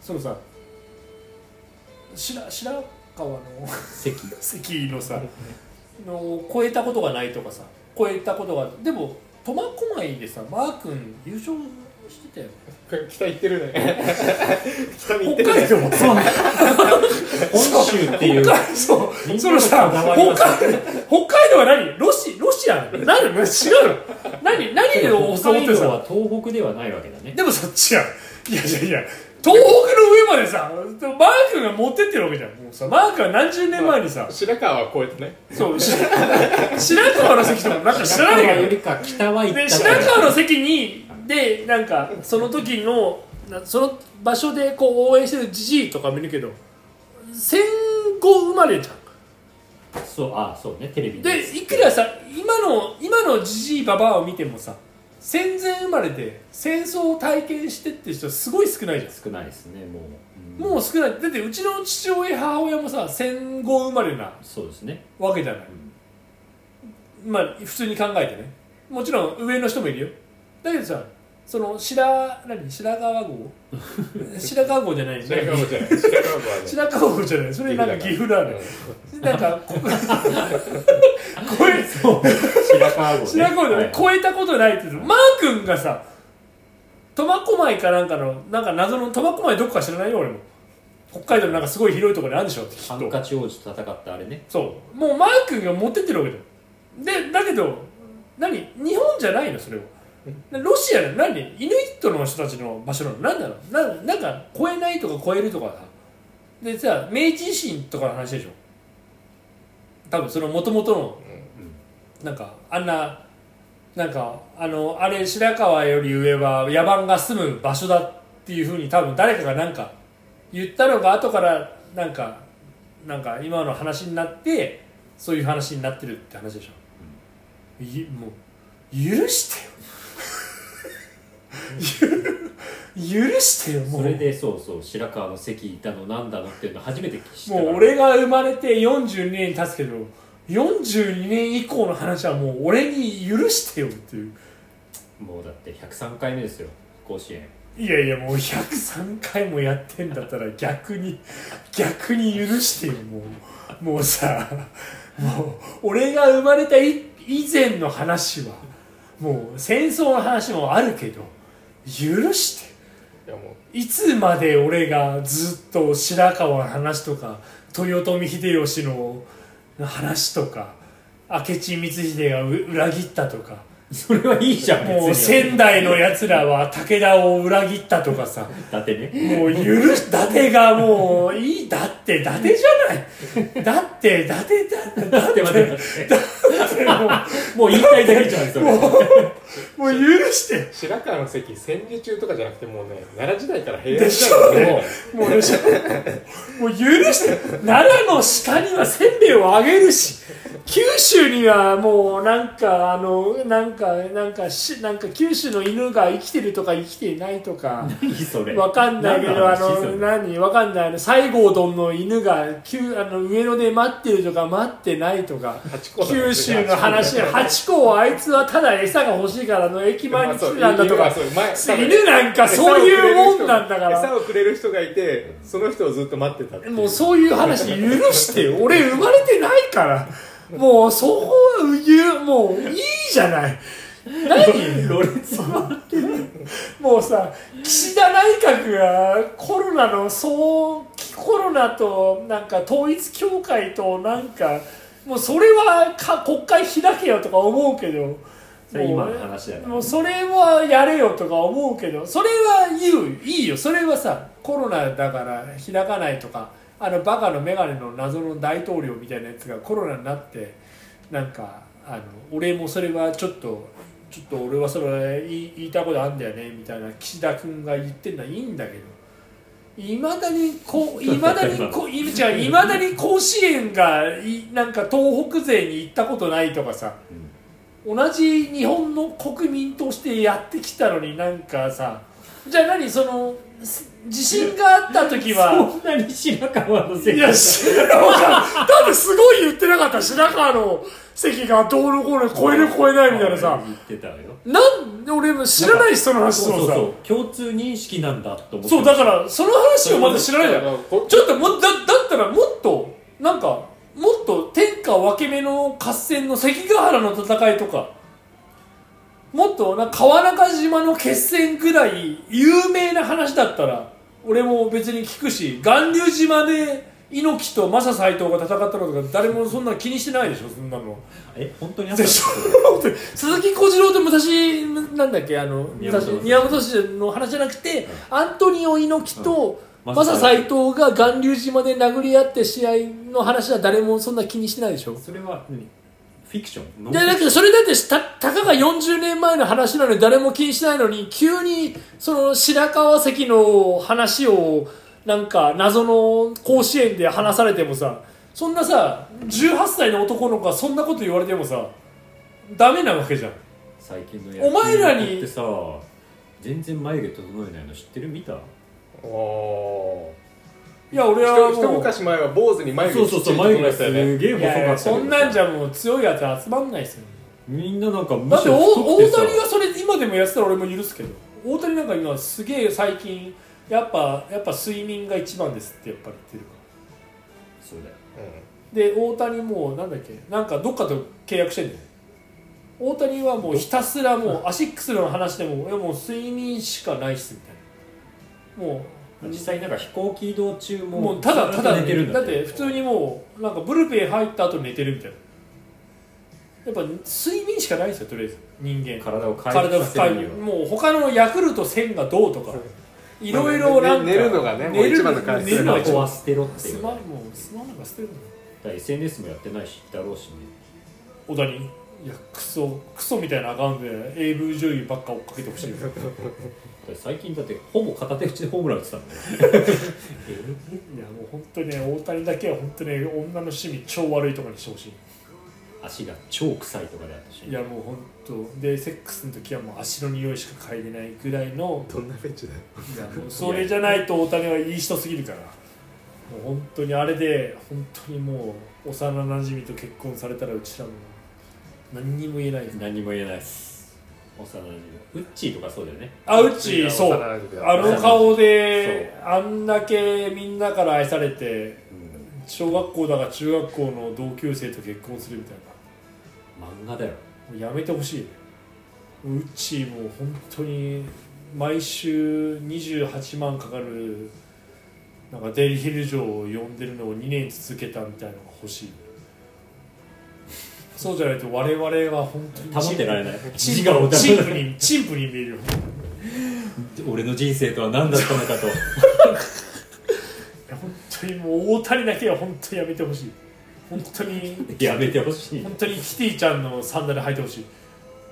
[SPEAKER 1] そのさ白白川の
[SPEAKER 3] 席
[SPEAKER 1] 関のさの超えたことがないとかさ超えたことがでも苫小牧でさマー君優勝してたよ
[SPEAKER 2] 北行ってるね北に行って
[SPEAKER 1] 北海
[SPEAKER 2] るね
[SPEAKER 1] 道もそう
[SPEAKER 3] 本州っていう
[SPEAKER 1] そう
[SPEAKER 3] みんなの
[SPEAKER 1] そのさ
[SPEAKER 3] こ
[SPEAKER 1] 北
[SPEAKER 3] だわり
[SPEAKER 1] 海
[SPEAKER 3] は
[SPEAKER 1] 北海道は何ロシロシアなの何違うの何何を
[SPEAKER 3] 北
[SPEAKER 1] そう思っ
[SPEAKER 3] 海
[SPEAKER 1] て
[SPEAKER 3] 道
[SPEAKER 1] さ
[SPEAKER 3] は東北ではないわけだね
[SPEAKER 1] でもそっちやいやいやいや東北の上までさでもマー君が持ってってるわけじゃんもうさマー君は何十年前にさ、
[SPEAKER 2] 白川は越えてね
[SPEAKER 1] そうし白川の関とかなんか知らない
[SPEAKER 3] 北
[SPEAKER 1] け
[SPEAKER 3] よ
[SPEAKER 1] ど
[SPEAKER 3] りか北は行っ
[SPEAKER 1] で
[SPEAKER 3] た
[SPEAKER 1] 白川の関にでなんかその時のなその場所でこう応援してるじじいとか見るけど戦後生まれじゃん
[SPEAKER 3] そうあそうねテレビに
[SPEAKER 1] でいくらさ今の今のじじいばばあを見てもさ戦前生まれて戦争を体験してって人すごい少ないじゃん
[SPEAKER 3] 少ないですねもう、うん
[SPEAKER 1] もう少ないだってうちの父親母親もさ戦後生まれな
[SPEAKER 3] そうですね
[SPEAKER 1] わけじゃない、まあ普通に考えてねもちろん上の人もいるよだけどさその白何白川郷白川郷じゃないよ
[SPEAKER 2] 白
[SPEAKER 1] ね
[SPEAKER 2] 川じゃない白川はね
[SPEAKER 1] 白川郷じゃないそれなんか岐阜だねなんかここれ
[SPEAKER 3] 白川郷ね
[SPEAKER 1] 白川で、
[SPEAKER 3] はい
[SPEAKER 1] 超えたことないって言うのマー君がさ苫小牧かなんかのなんか謎の苫小牧どこか知らないよ俺も北海道のなんかすごい広いところにあるんでしょき
[SPEAKER 3] ハ
[SPEAKER 1] っ
[SPEAKER 3] ン
[SPEAKER 1] と
[SPEAKER 3] カチ王子と戦ったあれね
[SPEAKER 1] そうもうマー君が持ってってるわけだよでだけど何日本じゃないのそれはなロシアの何イヌイットの人たちの場所なの何なのななんか超えないとか超えるとかさでさ明治維新とかの話でしょ多分その元々のなんかあんななんかあのあれ白川より上は野蛮が住む場所だっていうふうに多分誰かがなんか言ったのが後からなんかなんか今の話になってそういう話になってるって話でしょ、いもう許 してよゆ許してよも
[SPEAKER 3] そうれでそうそう白川の関いたのなんだのっていうの初めて知った
[SPEAKER 1] も
[SPEAKER 3] から
[SPEAKER 1] う俺が生まれて42年経つけど42年以降の話はもう俺に許してよっていう
[SPEAKER 3] もうだって103回目ですよ甲子園
[SPEAKER 1] いやいやもう103回もやってんだったら逆に逆に許してよもうもうさもう俺が生まれたい以前の話はもう戦争の話もあるけど許して
[SPEAKER 2] いやも
[SPEAKER 1] いつまで俺がずっと白川の話とか豊臣秀吉の話とか明智光秀がう裏切ったとか
[SPEAKER 3] それはいいじゃん
[SPEAKER 1] もう
[SPEAKER 3] 別に
[SPEAKER 1] 仙台のやつらは武田を裏切ったとかさ
[SPEAKER 3] だってね
[SPEAKER 1] もう許し伊達がもういいだって伊達じゃないだって伊達だだ
[SPEAKER 3] だって待って待って
[SPEAKER 1] っても
[SPEAKER 3] もう言いたいだけじゃん それ
[SPEAKER 1] うもう許してよ
[SPEAKER 2] う白川の関戦時中とかじゃなくてもうね奈良時代から平
[SPEAKER 1] で
[SPEAKER 2] 安
[SPEAKER 1] し
[SPEAKER 2] 時
[SPEAKER 1] ょ
[SPEAKER 2] 代
[SPEAKER 1] うねもう許してもう許して奈良の鹿にはせんべいをあげるし九州にはもうなんかあのなんかなんかしなんか九州の犬が生きてるとか生きていないとか
[SPEAKER 3] 何それ
[SPEAKER 1] わかんないけど、あ
[SPEAKER 3] 何話
[SPEAKER 1] の
[SPEAKER 3] それ、
[SPEAKER 1] 何、わかんない、あの、西郷どんの犬が、きゅあの、上野で待ってるとか、待ってないとか。
[SPEAKER 2] 八甲田
[SPEAKER 1] 九州の話、ハチ公はあいつはただ餌が欲しいからあの駅前に来てたんだと
[SPEAKER 2] まあ
[SPEAKER 1] か
[SPEAKER 2] そう犬はそう前
[SPEAKER 1] 犬なんかそういうもんなんだから
[SPEAKER 2] 餌をくれる人がいてその人をずっと待ってたってい
[SPEAKER 1] もうそういう話許してよ俺生まれてないからもうそこは言うもういいじゃない何
[SPEAKER 3] ろれつは
[SPEAKER 1] もうさ岸田内閣がコロナのそうコロナとなんか統一教会となんかもうそれはか国会開けよとか思うけど
[SPEAKER 3] それ今の話だ
[SPEAKER 1] も
[SPEAKER 3] な
[SPEAKER 1] うそれはやれよとか思うけどそれは言ういいよそれはさコロナだから開かないとかあのバカの眼鏡の謎の大統領みたいなやつがコロナになってなんかあの俺もそれはちょっとちょっと俺はそれ言い言いたいことあんだよねみたいな岸田君が言ってるのはいいんだけど。いまだに こういまだにこうい違ういまだに甲子園がいなんか東北勢に行ったことないとかさ同じ日本の国民としてやってきたのになんかさじゃあ何そのす地震があった時 は
[SPEAKER 3] そんなに白川のせ
[SPEAKER 1] い
[SPEAKER 3] い
[SPEAKER 1] や白川 さんだってすごい言ってなかった白川の席がどうのこうの超える超えないみたいなさ
[SPEAKER 3] 言ってたわよ
[SPEAKER 1] なん俺も知らないしその話
[SPEAKER 3] そうそ
[SPEAKER 1] そううさ
[SPEAKER 3] そう共通認識なんだと思って
[SPEAKER 1] そうだからその話をまだ知らないじゃん
[SPEAKER 2] だからこ
[SPEAKER 1] ちょっともうだだったらもっとなんかもっと天下分け目の合戦の関ヶ原の戦いとかもっとな川中島の決戦ぐらい有名な話だったら俺も別に聞くし巌流島で猪木とマサ斎藤が戦ったのとか誰もそんな気にしてないでしょそんなの
[SPEAKER 3] え本当にあった
[SPEAKER 1] でしょ 鈴木小次郎と昔なんだっけあの
[SPEAKER 3] 宮本武蔵
[SPEAKER 1] 昔宮本武蔵の話じゃなくて、アントニオ猪木と、
[SPEAKER 3] うん
[SPEAKER 1] マサ斎藤が巌流島で殴り合って試合の話は誰もそんな気にしてないでしょ
[SPEAKER 3] それは何フィクションノン
[SPEAKER 1] でだけどそれだってしたたかが40年前の話なのに誰も気にしないのに急にその白川関の話をなんか謎の甲子園で話されてもさそんなさ18歳の男の子がそんなこと言われてもさダメなわけじゃん
[SPEAKER 3] 最近の
[SPEAKER 1] お前らに
[SPEAKER 3] 野球ってさ全然眉毛整えないの知ってる見た
[SPEAKER 2] お
[SPEAKER 1] いや俺は
[SPEAKER 2] ー一一
[SPEAKER 1] もう
[SPEAKER 2] 昔前は坊主に眉
[SPEAKER 3] そ
[SPEAKER 2] 毛
[SPEAKER 3] うそうそう
[SPEAKER 2] きっちり整え
[SPEAKER 3] 眉毛
[SPEAKER 2] て
[SPEAKER 3] す
[SPEAKER 2] たよね
[SPEAKER 3] げえ
[SPEAKER 1] い
[SPEAKER 3] 細かった
[SPEAKER 1] やいや
[SPEAKER 3] けど
[SPEAKER 1] そんなんじゃもう強いやつ集まんないですよ
[SPEAKER 3] みんななんかむ
[SPEAKER 1] だっ
[SPEAKER 3] してろ
[SPEAKER 1] お
[SPEAKER 3] 太く
[SPEAKER 1] 大
[SPEAKER 3] てさ
[SPEAKER 1] 谷がそれ今でもやってたら俺も許すけど大谷なんか今すげえ最近やっぱやっぱ睡眠が一番ですってやっぱり言ってるから
[SPEAKER 3] そうだよ
[SPEAKER 1] で大谷もうなんだっけなんかどっかと契約してんだよ大谷はもうひたすらもうアシックスの話でもいやもう睡眠しかないっすみたいなもう
[SPEAKER 3] 実際なんか飛行機移動中も
[SPEAKER 1] もうただただ
[SPEAKER 3] ずっと寝てるんだ
[SPEAKER 1] だって普通にもうなんかブルペン入った後寝てるみたいなやっぱ睡眠しかないんですよとりあえず人間
[SPEAKER 3] 体を回
[SPEAKER 1] 体
[SPEAKER 3] 復
[SPEAKER 1] を
[SPEAKER 3] させ
[SPEAKER 1] 深い
[SPEAKER 3] るには
[SPEAKER 1] もう他のヤクルト1000がどうとかいろいろなんか
[SPEAKER 2] ね寝るのがねもう一番の回復
[SPEAKER 1] 寝るの
[SPEAKER 3] スマ
[SPEAKER 1] が一
[SPEAKER 3] ホ
[SPEAKER 1] 番
[SPEAKER 3] は捨てろってい
[SPEAKER 1] ス
[SPEAKER 3] う
[SPEAKER 1] マ
[SPEAKER 3] だ
[SPEAKER 1] ホもうスマホなんか捨てるの
[SPEAKER 3] から SNS もやってないしだろうしね
[SPEAKER 1] 小谷いやクソクソみたいなアカウントで AV 女優ばっか追っかけてほ しいよいや
[SPEAKER 3] だって最近だってほぼ片手打ちでホームラン打ってたんだよ
[SPEAKER 1] もう本当にね大谷だけは本当にね女の趣味超悪いとかにしてほしい
[SPEAKER 3] 足が超臭いとかであったし
[SPEAKER 1] いやもう本当でセックスの時はもう足の匂いしか嗅いでないぐらいの
[SPEAKER 2] どんなフェッチだよ
[SPEAKER 1] いやもう それじゃないと大谷はいい人すぎるからもう本当にあれで本当にもう幼なじみと結婚されたらうちらも何にも言えないです
[SPEAKER 3] 何も言えないです幼馴染ウッチーとかそうだよね
[SPEAKER 1] あうちそう
[SPEAKER 2] 幼馴染だ
[SPEAKER 1] あの顔であんだけみんなから愛されて小学校だか中学校の同級生と結婚するみたい
[SPEAKER 3] 漫画だよ
[SPEAKER 1] なもうやめてほしいねもううちもう本当に毎週28万かかるなんかデリヘル嬢を呼んでるのを2年続けたみたいなのが欲しいそうじゃないと我々は本当に
[SPEAKER 3] 保ってられない
[SPEAKER 1] チン
[SPEAKER 3] 自我を保
[SPEAKER 1] チン
[SPEAKER 3] て
[SPEAKER 1] プにチンプに見えるよ
[SPEAKER 3] 俺の人生とは何だったのかと
[SPEAKER 1] いや本当にもう大谷だけは本当にやめてほしい本当に
[SPEAKER 3] やめてほしい
[SPEAKER 1] 本当にキティちゃんのサンダル履いてほしい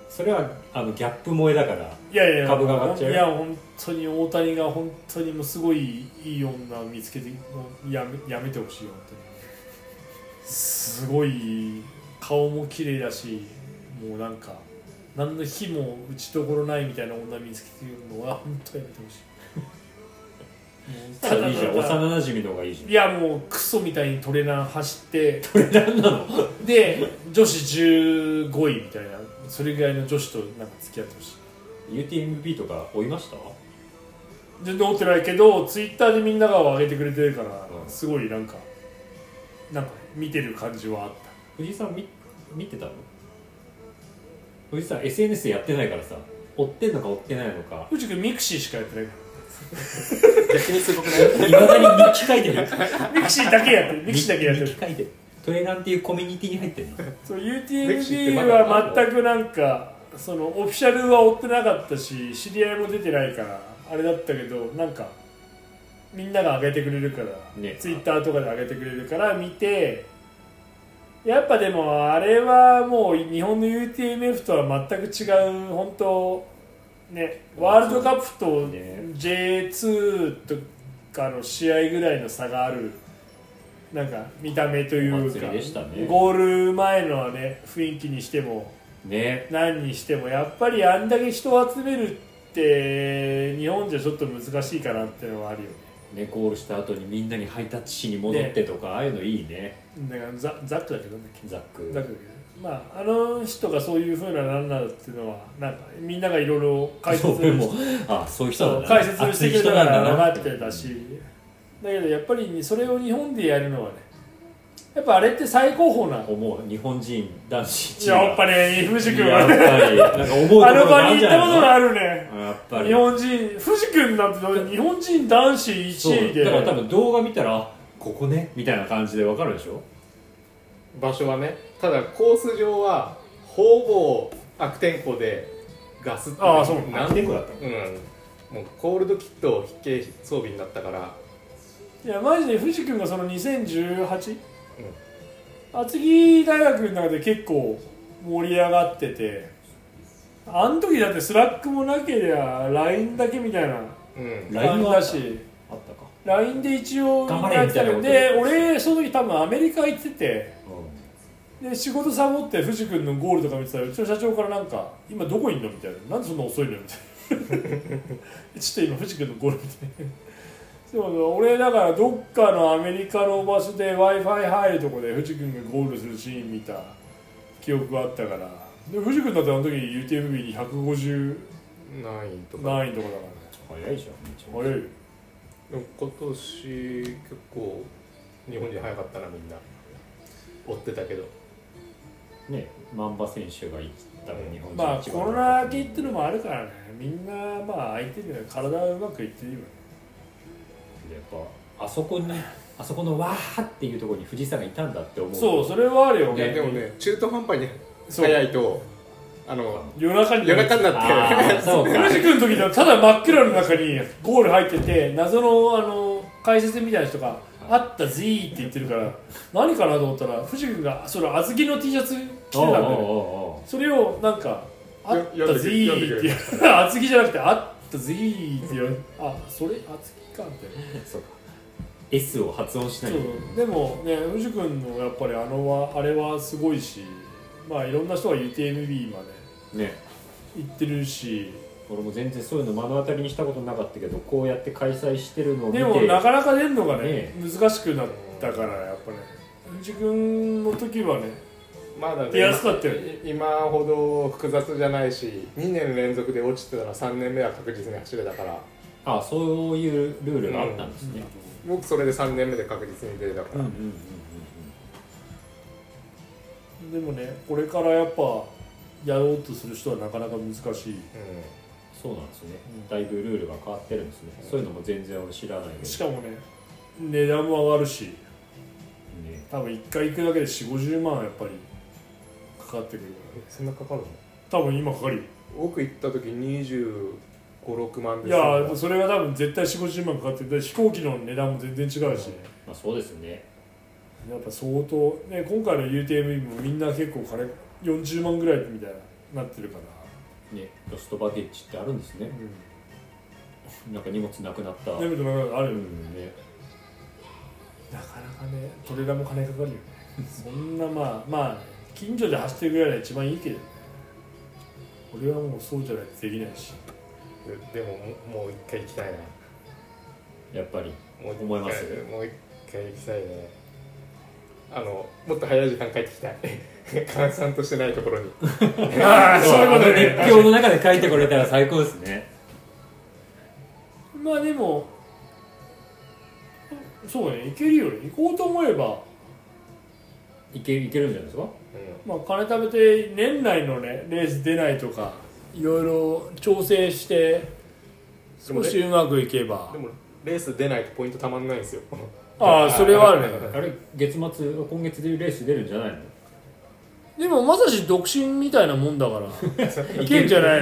[SPEAKER 3] それはあのギャップ萌えだから
[SPEAKER 1] いやいや
[SPEAKER 3] 株が上がっちゃう
[SPEAKER 1] いや本当に大谷が本当にもうすごいいい女を見つけてもうやめやめてほしいよ本当にすごい顔も綺麗だしもうなんか何の日も打ちどころないみたいな女見つけてるのは本当にやめてほしいもうただ
[SPEAKER 3] いいじゃ
[SPEAKER 1] た
[SPEAKER 3] ん
[SPEAKER 1] だ
[SPEAKER 3] 幼馴染の方がいいじ
[SPEAKER 1] いやもうクソみたいにトレーナー走って
[SPEAKER 3] ゃん俺何なの
[SPEAKER 1] で女子15位みたいなそれぐらいの女子となんか付き合ってほし
[SPEAKER 3] UTMB とか追いました
[SPEAKER 1] い全然追ってないけどツイッターでみんなが上げてくれてるから、
[SPEAKER 3] うん
[SPEAKER 1] すごいなんかなんか見てる感じはあった
[SPEAKER 3] 藤井さん見見てたの藤井さん SNS やってないからさ追ってんのか追ってないのか
[SPEAKER 1] 藤君ミクシーしかやってないか
[SPEAKER 2] 逆にすごくない
[SPEAKER 3] いまだに日記書 いてる
[SPEAKER 1] らミクシーだけやってるミクシーだけやって
[SPEAKER 3] 日
[SPEAKER 1] る
[SPEAKER 3] 記書いてるトレランっていうコミュニティに入ってるの
[SPEAKER 1] そう
[SPEAKER 2] 歴史って
[SPEAKER 1] UTMB
[SPEAKER 2] まだ
[SPEAKER 1] は全くなんかそのオフィシャルは追ってなかったし知り合いも出てないからあれだったけどなんかみんなが上げてくれるから、
[SPEAKER 3] ね
[SPEAKER 1] ツイッターとかで上げてくれるから見てやっぱでもあれはもう日本の UTMF とは全く違う本当ねワールドカップと
[SPEAKER 3] ね
[SPEAKER 1] J2 とかの試合ぐらいの差があるなんか見た目とい
[SPEAKER 3] お
[SPEAKER 1] う
[SPEAKER 3] 祭
[SPEAKER 1] か、
[SPEAKER 3] りでしたね
[SPEAKER 1] ゴール前のはね雰囲気にしても
[SPEAKER 3] ね
[SPEAKER 1] 何にしてもやっぱりあんだけ人を集めるって日本じゃちょっと難しいかなっていうのはあるよね
[SPEAKER 3] ねゴールした後にみんなにハイタッチしに戻ってとか、ああいうのいいね
[SPEAKER 1] だからザザックだけどね
[SPEAKER 3] ザック
[SPEAKER 1] ザックだけどまああの人がそういうふうなランナーだっていうのはなんかみんながいろいろ解説
[SPEAKER 3] そうもあそういう人
[SPEAKER 1] そ
[SPEAKER 3] な
[SPEAKER 1] うん
[SPEAKER 3] だ
[SPEAKER 1] 解説をしてくれたから分か
[SPEAKER 3] 熱い人なんだな
[SPEAKER 1] ってたしだけどやっぱりそれを日本でやるのはねやっぱあれって最高峰なの
[SPEAKER 3] 思う日本人男子チーム
[SPEAKER 1] やっぱね藤君
[SPEAKER 3] や
[SPEAKER 1] は
[SPEAKER 3] っ
[SPEAKER 1] ね
[SPEAKER 3] ぱりなんか思うところ
[SPEAKER 1] あの場
[SPEAKER 3] があるん
[SPEAKER 1] に行っ
[SPEAKER 3] じゃ
[SPEAKER 1] たことがある
[SPEAKER 3] ない
[SPEAKER 1] ね
[SPEAKER 3] のやっぱり
[SPEAKER 1] 日本人藤君なんて日本人男子1位
[SPEAKER 3] そうだから多
[SPEAKER 1] で
[SPEAKER 3] 分動画見たらあここねみたいな感じでわかるでしょ
[SPEAKER 2] 場所はねただコース上はほぼ悪天候でガスって
[SPEAKER 1] ああそう
[SPEAKER 2] なん
[SPEAKER 3] 何年後だったの
[SPEAKER 2] うんもうコールドキットを筆形装備になったから
[SPEAKER 1] いやマジで藤君がその 2018?
[SPEAKER 2] うん
[SPEAKER 1] 厚木大学の中で結構盛り上がっててあの時だってスラックもなけりゃ LINE だけみたいな
[SPEAKER 2] うん
[SPEAKER 3] ライ
[SPEAKER 1] 感
[SPEAKER 3] ン
[SPEAKER 1] じ
[SPEAKER 3] はあ
[SPEAKER 1] だ
[SPEAKER 3] った
[SPEAKER 1] し
[SPEAKER 3] あったか
[SPEAKER 1] LINE で一応
[SPEAKER 3] 頑張れ
[SPEAKER 1] やってたけど
[SPEAKER 3] みたいな
[SPEAKER 1] で俺その時多分アメリカ行っててで仕事サボって藤君のゴールとか見てたらうちの社長からなんか「今どこいんの?」みたいな「なんでそんな遅いの?」みたいな ちょっと今藤君のゴール見てそう俺だからどっかのアメリカの場所で w i f i 入るとこで藤君がゴールするシーン見た記憶があったからで藤君だってあの時 UTMB に150
[SPEAKER 2] ないとか
[SPEAKER 1] 何位とかだか
[SPEAKER 3] 早いじゃんめっちゃ
[SPEAKER 1] らね早いよ
[SPEAKER 2] でも今年結構日本人早かったなみんな追ってたけど
[SPEAKER 3] ねマンバ選手が多分日本人
[SPEAKER 1] まあ
[SPEAKER 3] 一
[SPEAKER 1] コ
[SPEAKER 3] 番
[SPEAKER 1] ロナ明けっていうのもあるからねみんなまあ相手には体がうまくいってるよね
[SPEAKER 3] やっぱあそこにあそこのわーっていうところに富士山がいたんだって思う
[SPEAKER 1] そうそれはあるよ
[SPEAKER 2] いや
[SPEAKER 1] ね
[SPEAKER 2] でもね中途半端に
[SPEAKER 1] そう
[SPEAKER 2] 早いとあの
[SPEAKER 1] 夜中に
[SPEAKER 2] 夜中になって
[SPEAKER 3] あーそう か
[SPEAKER 1] 藤君の時はただ真っ暗の中にゴール入ってて謎のあの解説みたいな人が「あったぜー」って言ってるから何かなと思ったら藤君がそれ小豆の T シャツ着てた
[SPEAKER 3] お
[SPEAKER 1] ん
[SPEAKER 3] う
[SPEAKER 1] だ
[SPEAKER 3] お
[SPEAKER 1] よ
[SPEAKER 3] う
[SPEAKER 1] ね
[SPEAKER 3] おうお
[SPEAKER 1] それをなんか「あったぜー」って
[SPEAKER 2] よ
[SPEAKER 1] 言う小豆じゃなくて「 あったぜー」って言われてあそれ小豆かみたいな。
[SPEAKER 3] うそうか S を発音しない
[SPEAKER 1] そうでもね藤君のやっぱりあのはあれはすごいしまあいろんな人が UTMB まで
[SPEAKER 3] ね
[SPEAKER 1] 行ってるし
[SPEAKER 3] 俺も全然そういうの目の当たりにしたことなかったけどこうやって開催してるのを見て
[SPEAKER 1] でもなかなか出るのがね
[SPEAKER 3] ね
[SPEAKER 1] 難しくなったからやっぱね藤君の時はね
[SPEAKER 2] まだね
[SPEAKER 1] 出やすかったよね
[SPEAKER 2] い今ほど複雑じゃないし2年連続で落ちてたら3年目は確実に走れたから
[SPEAKER 3] あそういうルールがあったんですね、
[SPEAKER 2] 僕それで3年目で確実に出れたか
[SPEAKER 3] うん
[SPEAKER 2] ら、
[SPEAKER 3] うんうんうん
[SPEAKER 1] でもねこれからやっぱやろうとする人はなかなか難しい
[SPEAKER 3] そうなんですね、
[SPEAKER 1] うん
[SPEAKER 3] だいぶルールが変わってるんですね、そういうのも全然知らないけ
[SPEAKER 1] し
[SPEAKER 3] ど、
[SPEAKER 1] かもね値段も上がるし
[SPEAKER 3] ね、
[SPEAKER 1] 多分1回行くだけで4 5 0万はやっぱりかかってくるか
[SPEAKER 2] うん、そんなかかるの
[SPEAKER 1] ら多分今かかるよ
[SPEAKER 2] 僕行った時256万
[SPEAKER 1] い
[SPEAKER 2] です
[SPEAKER 1] やそれは多分絶対4 5 0万かかってるで飛行機の値段も全然違うし、
[SPEAKER 3] まあ、そうですね
[SPEAKER 1] やっぱ相当、ね、今回の UTME もみんな結構金40万ぐらいみたいななってるから、
[SPEAKER 3] ねロストバゲッジってあるんですね
[SPEAKER 1] う
[SPEAKER 3] なんか荷物なくなった
[SPEAKER 1] ん、でもなんかあ
[SPEAKER 3] う
[SPEAKER 1] る
[SPEAKER 3] んね
[SPEAKER 1] なかなかねトレーラーも金かかるよねそんなまあまあ近所で走ってるぐらいが一番いいけどね俺はもうそうじゃないとできないし
[SPEAKER 2] ででももうもう一回行きたいな
[SPEAKER 3] やっぱり
[SPEAKER 2] もう一回
[SPEAKER 3] 思います
[SPEAKER 2] もう一回行きたいねあのもっと早い時間帰ってきたい 閑散としてないところに
[SPEAKER 1] ああそういうこと
[SPEAKER 3] あの熱狂の中で書いてこれたら最高ですね
[SPEAKER 1] まあでもそうねいけるよね行こうと思えば
[SPEAKER 3] いけいけるんじゃないですか
[SPEAKER 1] まあ、金食べて年内のねレース出ないとかいろいろ調整して
[SPEAKER 2] で
[SPEAKER 1] 少
[SPEAKER 2] もね
[SPEAKER 1] しうまくいけば
[SPEAKER 2] でもレース出ないとポイントたまんないんですよ
[SPEAKER 1] ああそれはあるね
[SPEAKER 3] あれ月末今月でレース出るんじゃないの
[SPEAKER 1] でもまさし独身みたいなもんだからいけんじゃないの